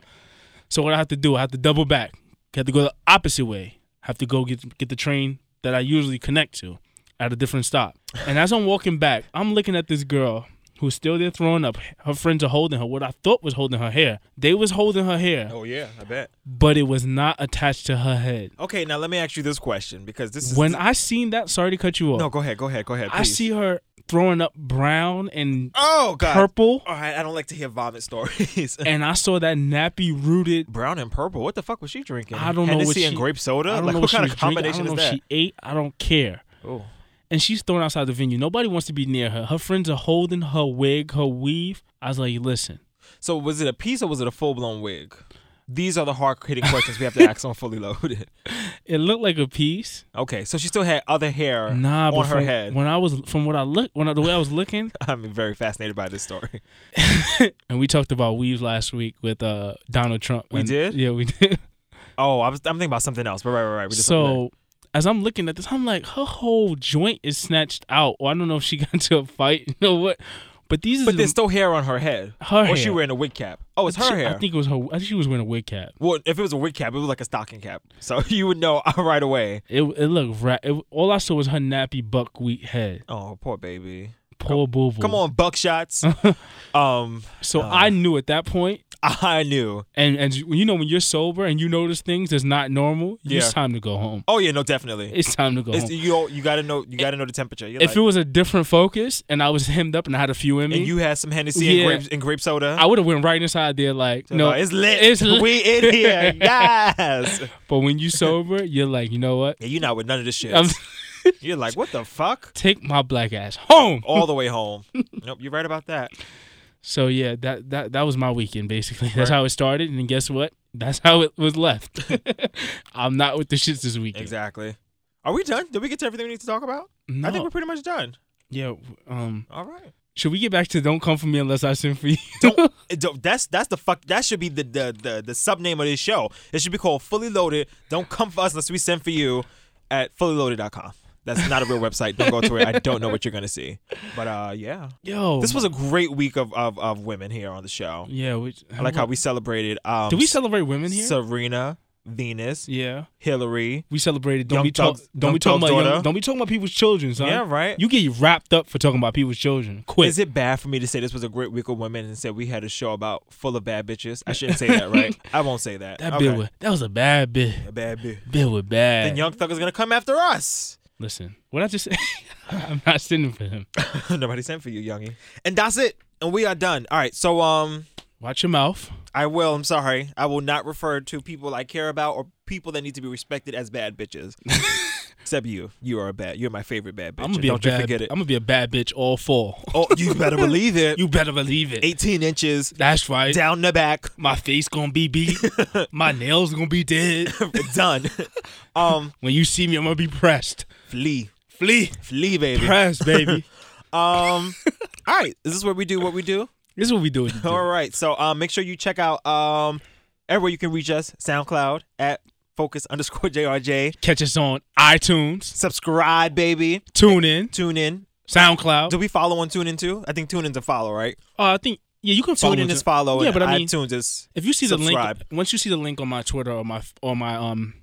Speaker 9: so what I have to do? I have to double back. I have to go the opposite way. I have to go get get the train that I usually connect to at a different stop. And as I'm walking back, I'm looking at this girl who's still there throwing up. Her friends are holding her. What I thought was holding her hair, they was holding her hair
Speaker 10: oh yeah, I bet.
Speaker 9: but it was not attached to her head.
Speaker 10: Okay, now let me ask you this question because this is
Speaker 9: When I seen that, sorry to cut you off.
Speaker 10: no, go ahead, go ahead, go ahead.
Speaker 9: I
Speaker 10: please.
Speaker 9: see her throwing up brown and
Speaker 10: Oh god,
Speaker 9: purple,
Speaker 10: All right, I don't like to hear vomit stories.
Speaker 9: and I saw that nappy rooted
Speaker 10: brown and purple. What the fuck was she drinking?
Speaker 9: I don't know what
Speaker 10: Hennessy
Speaker 9: she
Speaker 10: and grape soda.
Speaker 9: I don't
Speaker 10: like
Speaker 9: know
Speaker 10: what
Speaker 9: she
Speaker 10: kind
Speaker 9: was
Speaker 10: of
Speaker 9: drinking.
Speaker 10: combination
Speaker 9: I don't
Speaker 10: is
Speaker 9: know
Speaker 10: that?
Speaker 9: If she ate. I don't care.
Speaker 10: Oh.
Speaker 9: And she's thrown outside the venue. Nobody wants to be near her. Her friends are holding her wig, her weave. I was like, listen.
Speaker 10: So was it a piece or was it a full blown wig? These are the hard hitting questions we have to ask on fully loaded.
Speaker 9: It looked like a piece.
Speaker 10: Okay, so she still had other hair
Speaker 9: Nah,
Speaker 10: on
Speaker 9: but
Speaker 10: her
Speaker 9: from-
Speaker 10: head.
Speaker 9: When I was, from what I looked, when I, the way I was looking,
Speaker 10: I'm very fascinated by this story.
Speaker 9: and we talked about weaves last week with uh, Donald Trump.
Speaker 10: We
Speaker 9: And-
Speaker 10: did?
Speaker 9: Yeah, we did.
Speaker 10: Oh, I was I'm thinking about something else. But right, right, right. We just
Speaker 9: So as I'm looking at this, I'm like, her whole joint is snatched out. Or I don't know if she got into a fight, you know what? But these
Speaker 10: but
Speaker 9: is
Speaker 10: there's still hair on her head.
Speaker 9: Her
Speaker 10: or
Speaker 9: hair.
Speaker 10: she wearing a wig cap. Oh, it's her
Speaker 9: She-
Speaker 10: hair.
Speaker 9: I think it was her. I think she was wearing a wig cap.
Speaker 10: well, if it was a wig cap, it was like a stocking cap. So you would know right away.
Speaker 9: It it looked right. It, all I saw was her nappy buckwheat head.
Speaker 10: Oh, poor baby.
Speaker 9: Poor boo boo.
Speaker 10: Come on, buckshots. um.
Speaker 9: So I knew at that point.
Speaker 10: I knew.
Speaker 9: And and you know when you're sober and you notice things that's not normal,
Speaker 10: Yeah.
Speaker 9: it's time to go home.
Speaker 10: Oh yeah, no, definitely.
Speaker 9: It's time to go
Speaker 10: It's-
Speaker 9: home.
Speaker 10: You you gotta know you gotta know the temperature. You're
Speaker 9: If
Speaker 10: like-
Speaker 9: it was a different focus and I was hemmed up and I had a few in me,
Speaker 10: and you had some Hennessy
Speaker 9: Yeah.
Speaker 10: and, grapes, and grape soda,
Speaker 9: I would have went right inside there like,
Speaker 10: So,
Speaker 9: no,
Speaker 10: no, it's lit.
Speaker 9: It's lit.
Speaker 10: We in here, guys.
Speaker 9: But when you sober, you're like, you know what?
Speaker 10: Yeah, you're not with none of this shit.
Speaker 9: I'm-
Speaker 10: you're like, what the fuck?
Speaker 9: Take my black ass home.
Speaker 10: All the way home. nope, you're right about that.
Speaker 9: So yeah, that that that was my weekend basically. That's
Speaker 10: Right.
Speaker 9: how it started, and guess what? That's how it was left. I'm not with the shits this weekend.
Speaker 10: Exactly. Are we done? Did we get to everything we need to talk about? I
Speaker 9: No.
Speaker 10: think we're pretty much done.
Speaker 9: Yeah. Um.
Speaker 10: All right.
Speaker 9: Should we get back to "Don't come for me unless I send for you"?
Speaker 10: It don't- That's that's the fuck. That should be the the the, the sub name of this show. It should be called Fully Loaded. Don't come for us unless we send for you at fullyloaded.com. That's not a real website. Don't go to it. I don't know what you're gonna see. But uh, yeah.
Speaker 9: Yo,
Speaker 10: this was a great week of of, of women here on the show.
Speaker 9: Yeah, we-
Speaker 10: I like how we celebrated. Um,
Speaker 9: Do we celebrate women here?
Speaker 10: Serena, Venus,
Speaker 9: yeah,
Speaker 10: Hillary.
Speaker 9: We celebrated. Don't
Speaker 10: Young
Speaker 9: be talk,
Speaker 10: Thug's-
Speaker 9: Don't
Speaker 10: Young
Speaker 9: be talking
Speaker 10: Thug's
Speaker 9: about.
Speaker 10: daughter.
Speaker 9: Young, don't be talking about people's children. Son.
Speaker 10: Yeah, right.
Speaker 9: You get wrapped up for talking about people's children. Quick.
Speaker 10: Is it bad for me to say this was a great week of women and said we had a show about full of bad bitches? I shouldn't say that, right? I won't say that.
Speaker 9: That
Speaker 10: Okay.
Speaker 9: bit was that was a bad bit.
Speaker 10: A bad bit.
Speaker 9: Bit was bad.
Speaker 10: Then Young Thug is gonna come after us.
Speaker 9: Listen, what I just said, I'm not sending for him.
Speaker 10: Nobody sent for you, Youngie. And that's it. And we are done. All right. So um
Speaker 9: Watch your mouth.
Speaker 10: I will, I'm sorry. I will not refer to people I care about or people that need to be respected as bad bitches. Except you. You are a bad you're my favorite bad bitch.
Speaker 9: I'm gonna
Speaker 10: and
Speaker 9: be
Speaker 10: Don't
Speaker 9: a
Speaker 10: you
Speaker 9: bad.
Speaker 10: forget it.
Speaker 9: I'm gonna be a bad bitch all fall.
Speaker 10: Oh, you better believe it.
Speaker 9: You better believe it.
Speaker 10: 18 inches.
Speaker 9: That's right.
Speaker 10: Down the back.
Speaker 9: My face gonna be beat. My nails gonna be dead.
Speaker 10: Done. Um,
Speaker 9: when you see me, I'm gonna be pressed.
Speaker 10: Flee.
Speaker 9: Flee.
Speaker 10: Flee, baby.
Speaker 9: Pressed, baby.
Speaker 10: Um, all right. Is this where we do what we do?
Speaker 9: This is what we do. what you do.
Speaker 10: All right. So um, make sure you check out um, everywhere you can reach us SoundCloud at focus underscore JRJ.
Speaker 9: Catch us on iTunes.
Speaker 10: Subscribe, baby.
Speaker 9: Tune in.
Speaker 10: Tune in.
Speaker 9: SoundCloud.
Speaker 10: Do we follow on TuneIn too? I think TuneIn's a follow, right?
Speaker 9: Uh, I think yeah, you can follow
Speaker 10: TuneIn
Speaker 9: us.
Speaker 10: is follow.
Speaker 9: Yeah,
Speaker 10: and
Speaker 9: but I mean,
Speaker 10: iTunes is
Speaker 9: if you see
Speaker 10: subscribe.
Speaker 9: the link, once you see the link on my Twitter or my or my um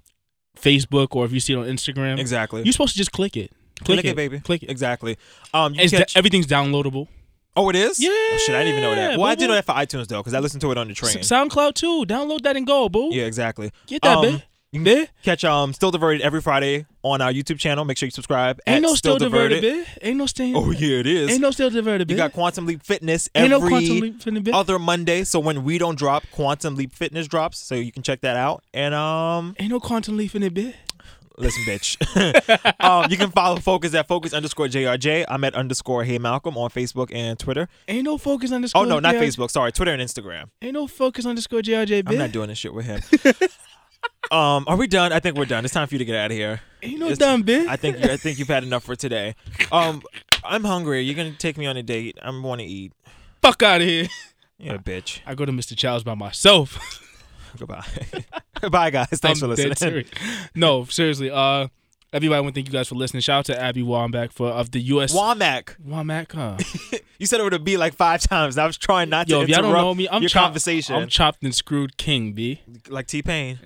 Speaker 9: Facebook or if you see it on Instagram,
Speaker 10: Exactly.
Speaker 9: you're supposed to just click it.
Speaker 10: Click, it, baby. Click it. Exactly. Um, you
Speaker 9: It's
Speaker 10: catch-
Speaker 9: da- everything's downloadable.
Speaker 10: oh, it is. Yeah. Oh, shit, I didn't even know that.
Speaker 9: Yeah,
Speaker 10: Well, I do
Speaker 9: boo-boo.
Speaker 10: know that for iTunes though, because I listened to it on the train.
Speaker 9: S- SoundCloud too. Download that and go, boo.
Speaker 10: Yeah, exactly.
Speaker 9: Get that, babe.
Speaker 10: You can Catch um Still Diverted every Friday on our YouTube channel. Make sure you subscribe.
Speaker 9: Ain't
Speaker 10: at
Speaker 9: no still diverted, bit. Ain't no staying.
Speaker 10: Oh yeah, it is.
Speaker 9: Ain't no still diverted,
Speaker 10: you
Speaker 9: bit.
Speaker 10: got Quantum Leap Fitness every
Speaker 9: Ain't no Quantum Leap Fitness, bitch.
Speaker 10: other Monday. So when we don't drop, Quantum Leap Fitness drops. So you can check that out. And um,
Speaker 9: Ain't no quantum leaf in it, bit.
Speaker 10: listen, bitch. um, you can follow Focus at Focus underscore JRJ. I'm at underscore Hey Malcolm on Facebook and Twitter.
Speaker 9: Ain't no focus underscore.
Speaker 10: Oh no, not
Speaker 9: JRJ.
Speaker 10: Facebook. Sorry, Twitter and Instagram.
Speaker 9: Ain't no focus underscore JRJ, bit.
Speaker 10: I'm not doing this shit with him. Um, are we done? I think we're done. It's time for you to get out of here.
Speaker 9: Ain't no
Speaker 10: It's-
Speaker 9: done, bitch.
Speaker 10: I think you, I think you've had enough for today. Um, I'm hungry. You're gonna take me on a date. I'm want to eat.
Speaker 9: Fuck out of here.
Speaker 10: You're a bitch.
Speaker 9: I go to Mr. Childs by myself.
Speaker 10: Goodbye. Bye, guys. Thanks
Speaker 9: I'm
Speaker 10: for
Speaker 9: dead
Speaker 10: listening.
Speaker 9: serious. No, seriously. Uh, everybody, I want to thank you guys for listening. Shout out to Abby Wambach for of the U.S.
Speaker 10: Womack.
Speaker 9: Womack, huh?
Speaker 10: you said it would be like five times. I was trying not
Speaker 9: Yo,
Speaker 10: to
Speaker 9: if y'all
Speaker 10: interrupt
Speaker 9: don't know me, I'm
Speaker 10: your
Speaker 9: chop-
Speaker 10: conversation.
Speaker 9: I'm chopped and screwed king, b.
Speaker 10: Like T Pain.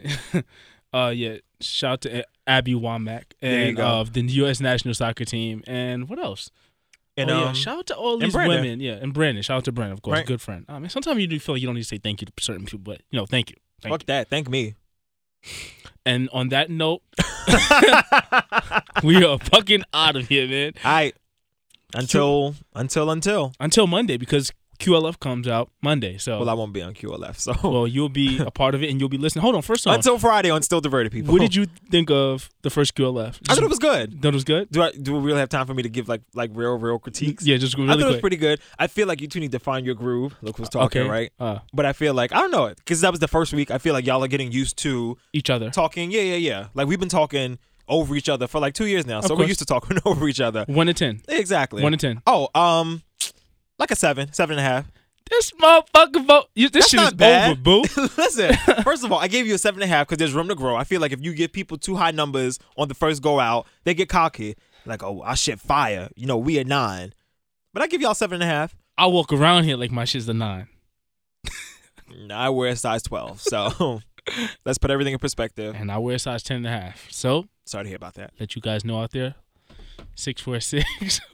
Speaker 9: uh, yeah. Shout out to Abby Womack
Speaker 10: There you
Speaker 9: and
Speaker 10: go.
Speaker 9: of the U.S. national soccer team, and what else?
Speaker 10: And,
Speaker 9: oh, yeah,
Speaker 10: um,
Speaker 9: shout out to all
Speaker 10: and
Speaker 9: these
Speaker 10: Brandon.
Speaker 9: women, yeah, and Brandon. Shout out to Brandon, of course,
Speaker 10: Right.
Speaker 9: good friend. I mean, sometimes you do feel like you don't need to say thank you to certain people, but you know, thank you. Thank
Speaker 10: Fuck that. Thank me.
Speaker 9: And on that note, we are fucking out of here, man.
Speaker 10: All right. Until until until
Speaker 9: until Monday because QLF comes out Monday. So
Speaker 10: Well, I won't be on QLF. So
Speaker 9: well, you'll be a part of it and you'll be listening. Hold on, first off,
Speaker 10: Until Friday on Still Diverted People.
Speaker 9: what did you think of the first QLF?
Speaker 10: I thought it was good.
Speaker 9: Thought it was good.
Speaker 10: Do I do we really have time for me to give like like real real critiques?
Speaker 9: Yeah, just really
Speaker 10: I thought it was
Speaker 9: quick.
Speaker 10: pretty good. I feel like you two need to find your groove. Look who's talking,
Speaker 9: okay,
Speaker 10: right?
Speaker 9: uh.
Speaker 10: but I feel like I don't know it because that was the first week. I feel like y'all are getting used to
Speaker 9: each other
Speaker 10: talking. Yeah, yeah, yeah. Like we've been talking over each other for like two years now,
Speaker 9: Of
Speaker 10: so we're
Speaker 9: course.
Speaker 10: used to talking over each other.
Speaker 9: One to ten.
Speaker 10: Exactly.
Speaker 9: One to ten.
Speaker 10: Oh, um, like a seven, seven and a half.
Speaker 9: This motherfucker vote. you- This shit is
Speaker 10: That's not bad.
Speaker 9: over, boo.
Speaker 10: Listen, first of all, I gave you a seven and a half because there's room to grow. I feel like if you give people too high numbers on the first go out, they get cocky. Like, oh, I shit fire. You know, we a nine. But I give y'all seven and a half.
Speaker 9: I walk around here like my shit's a nine.
Speaker 10: Nah, I wear a size 12. So let's put everything in perspective.
Speaker 9: And I wear a size 10 and a half. So,
Speaker 10: sorry to hear about that.
Speaker 9: Let you guys know out there 646.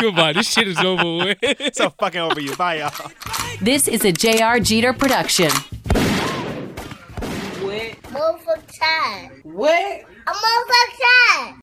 Speaker 9: Goodbye. This shit is over with. It's
Speaker 10: so fucking over you. Bye, y'all.
Speaker 8: This is a J.R. Jeter production.
Speaker 2: Motherfucker. What? A motherfucker.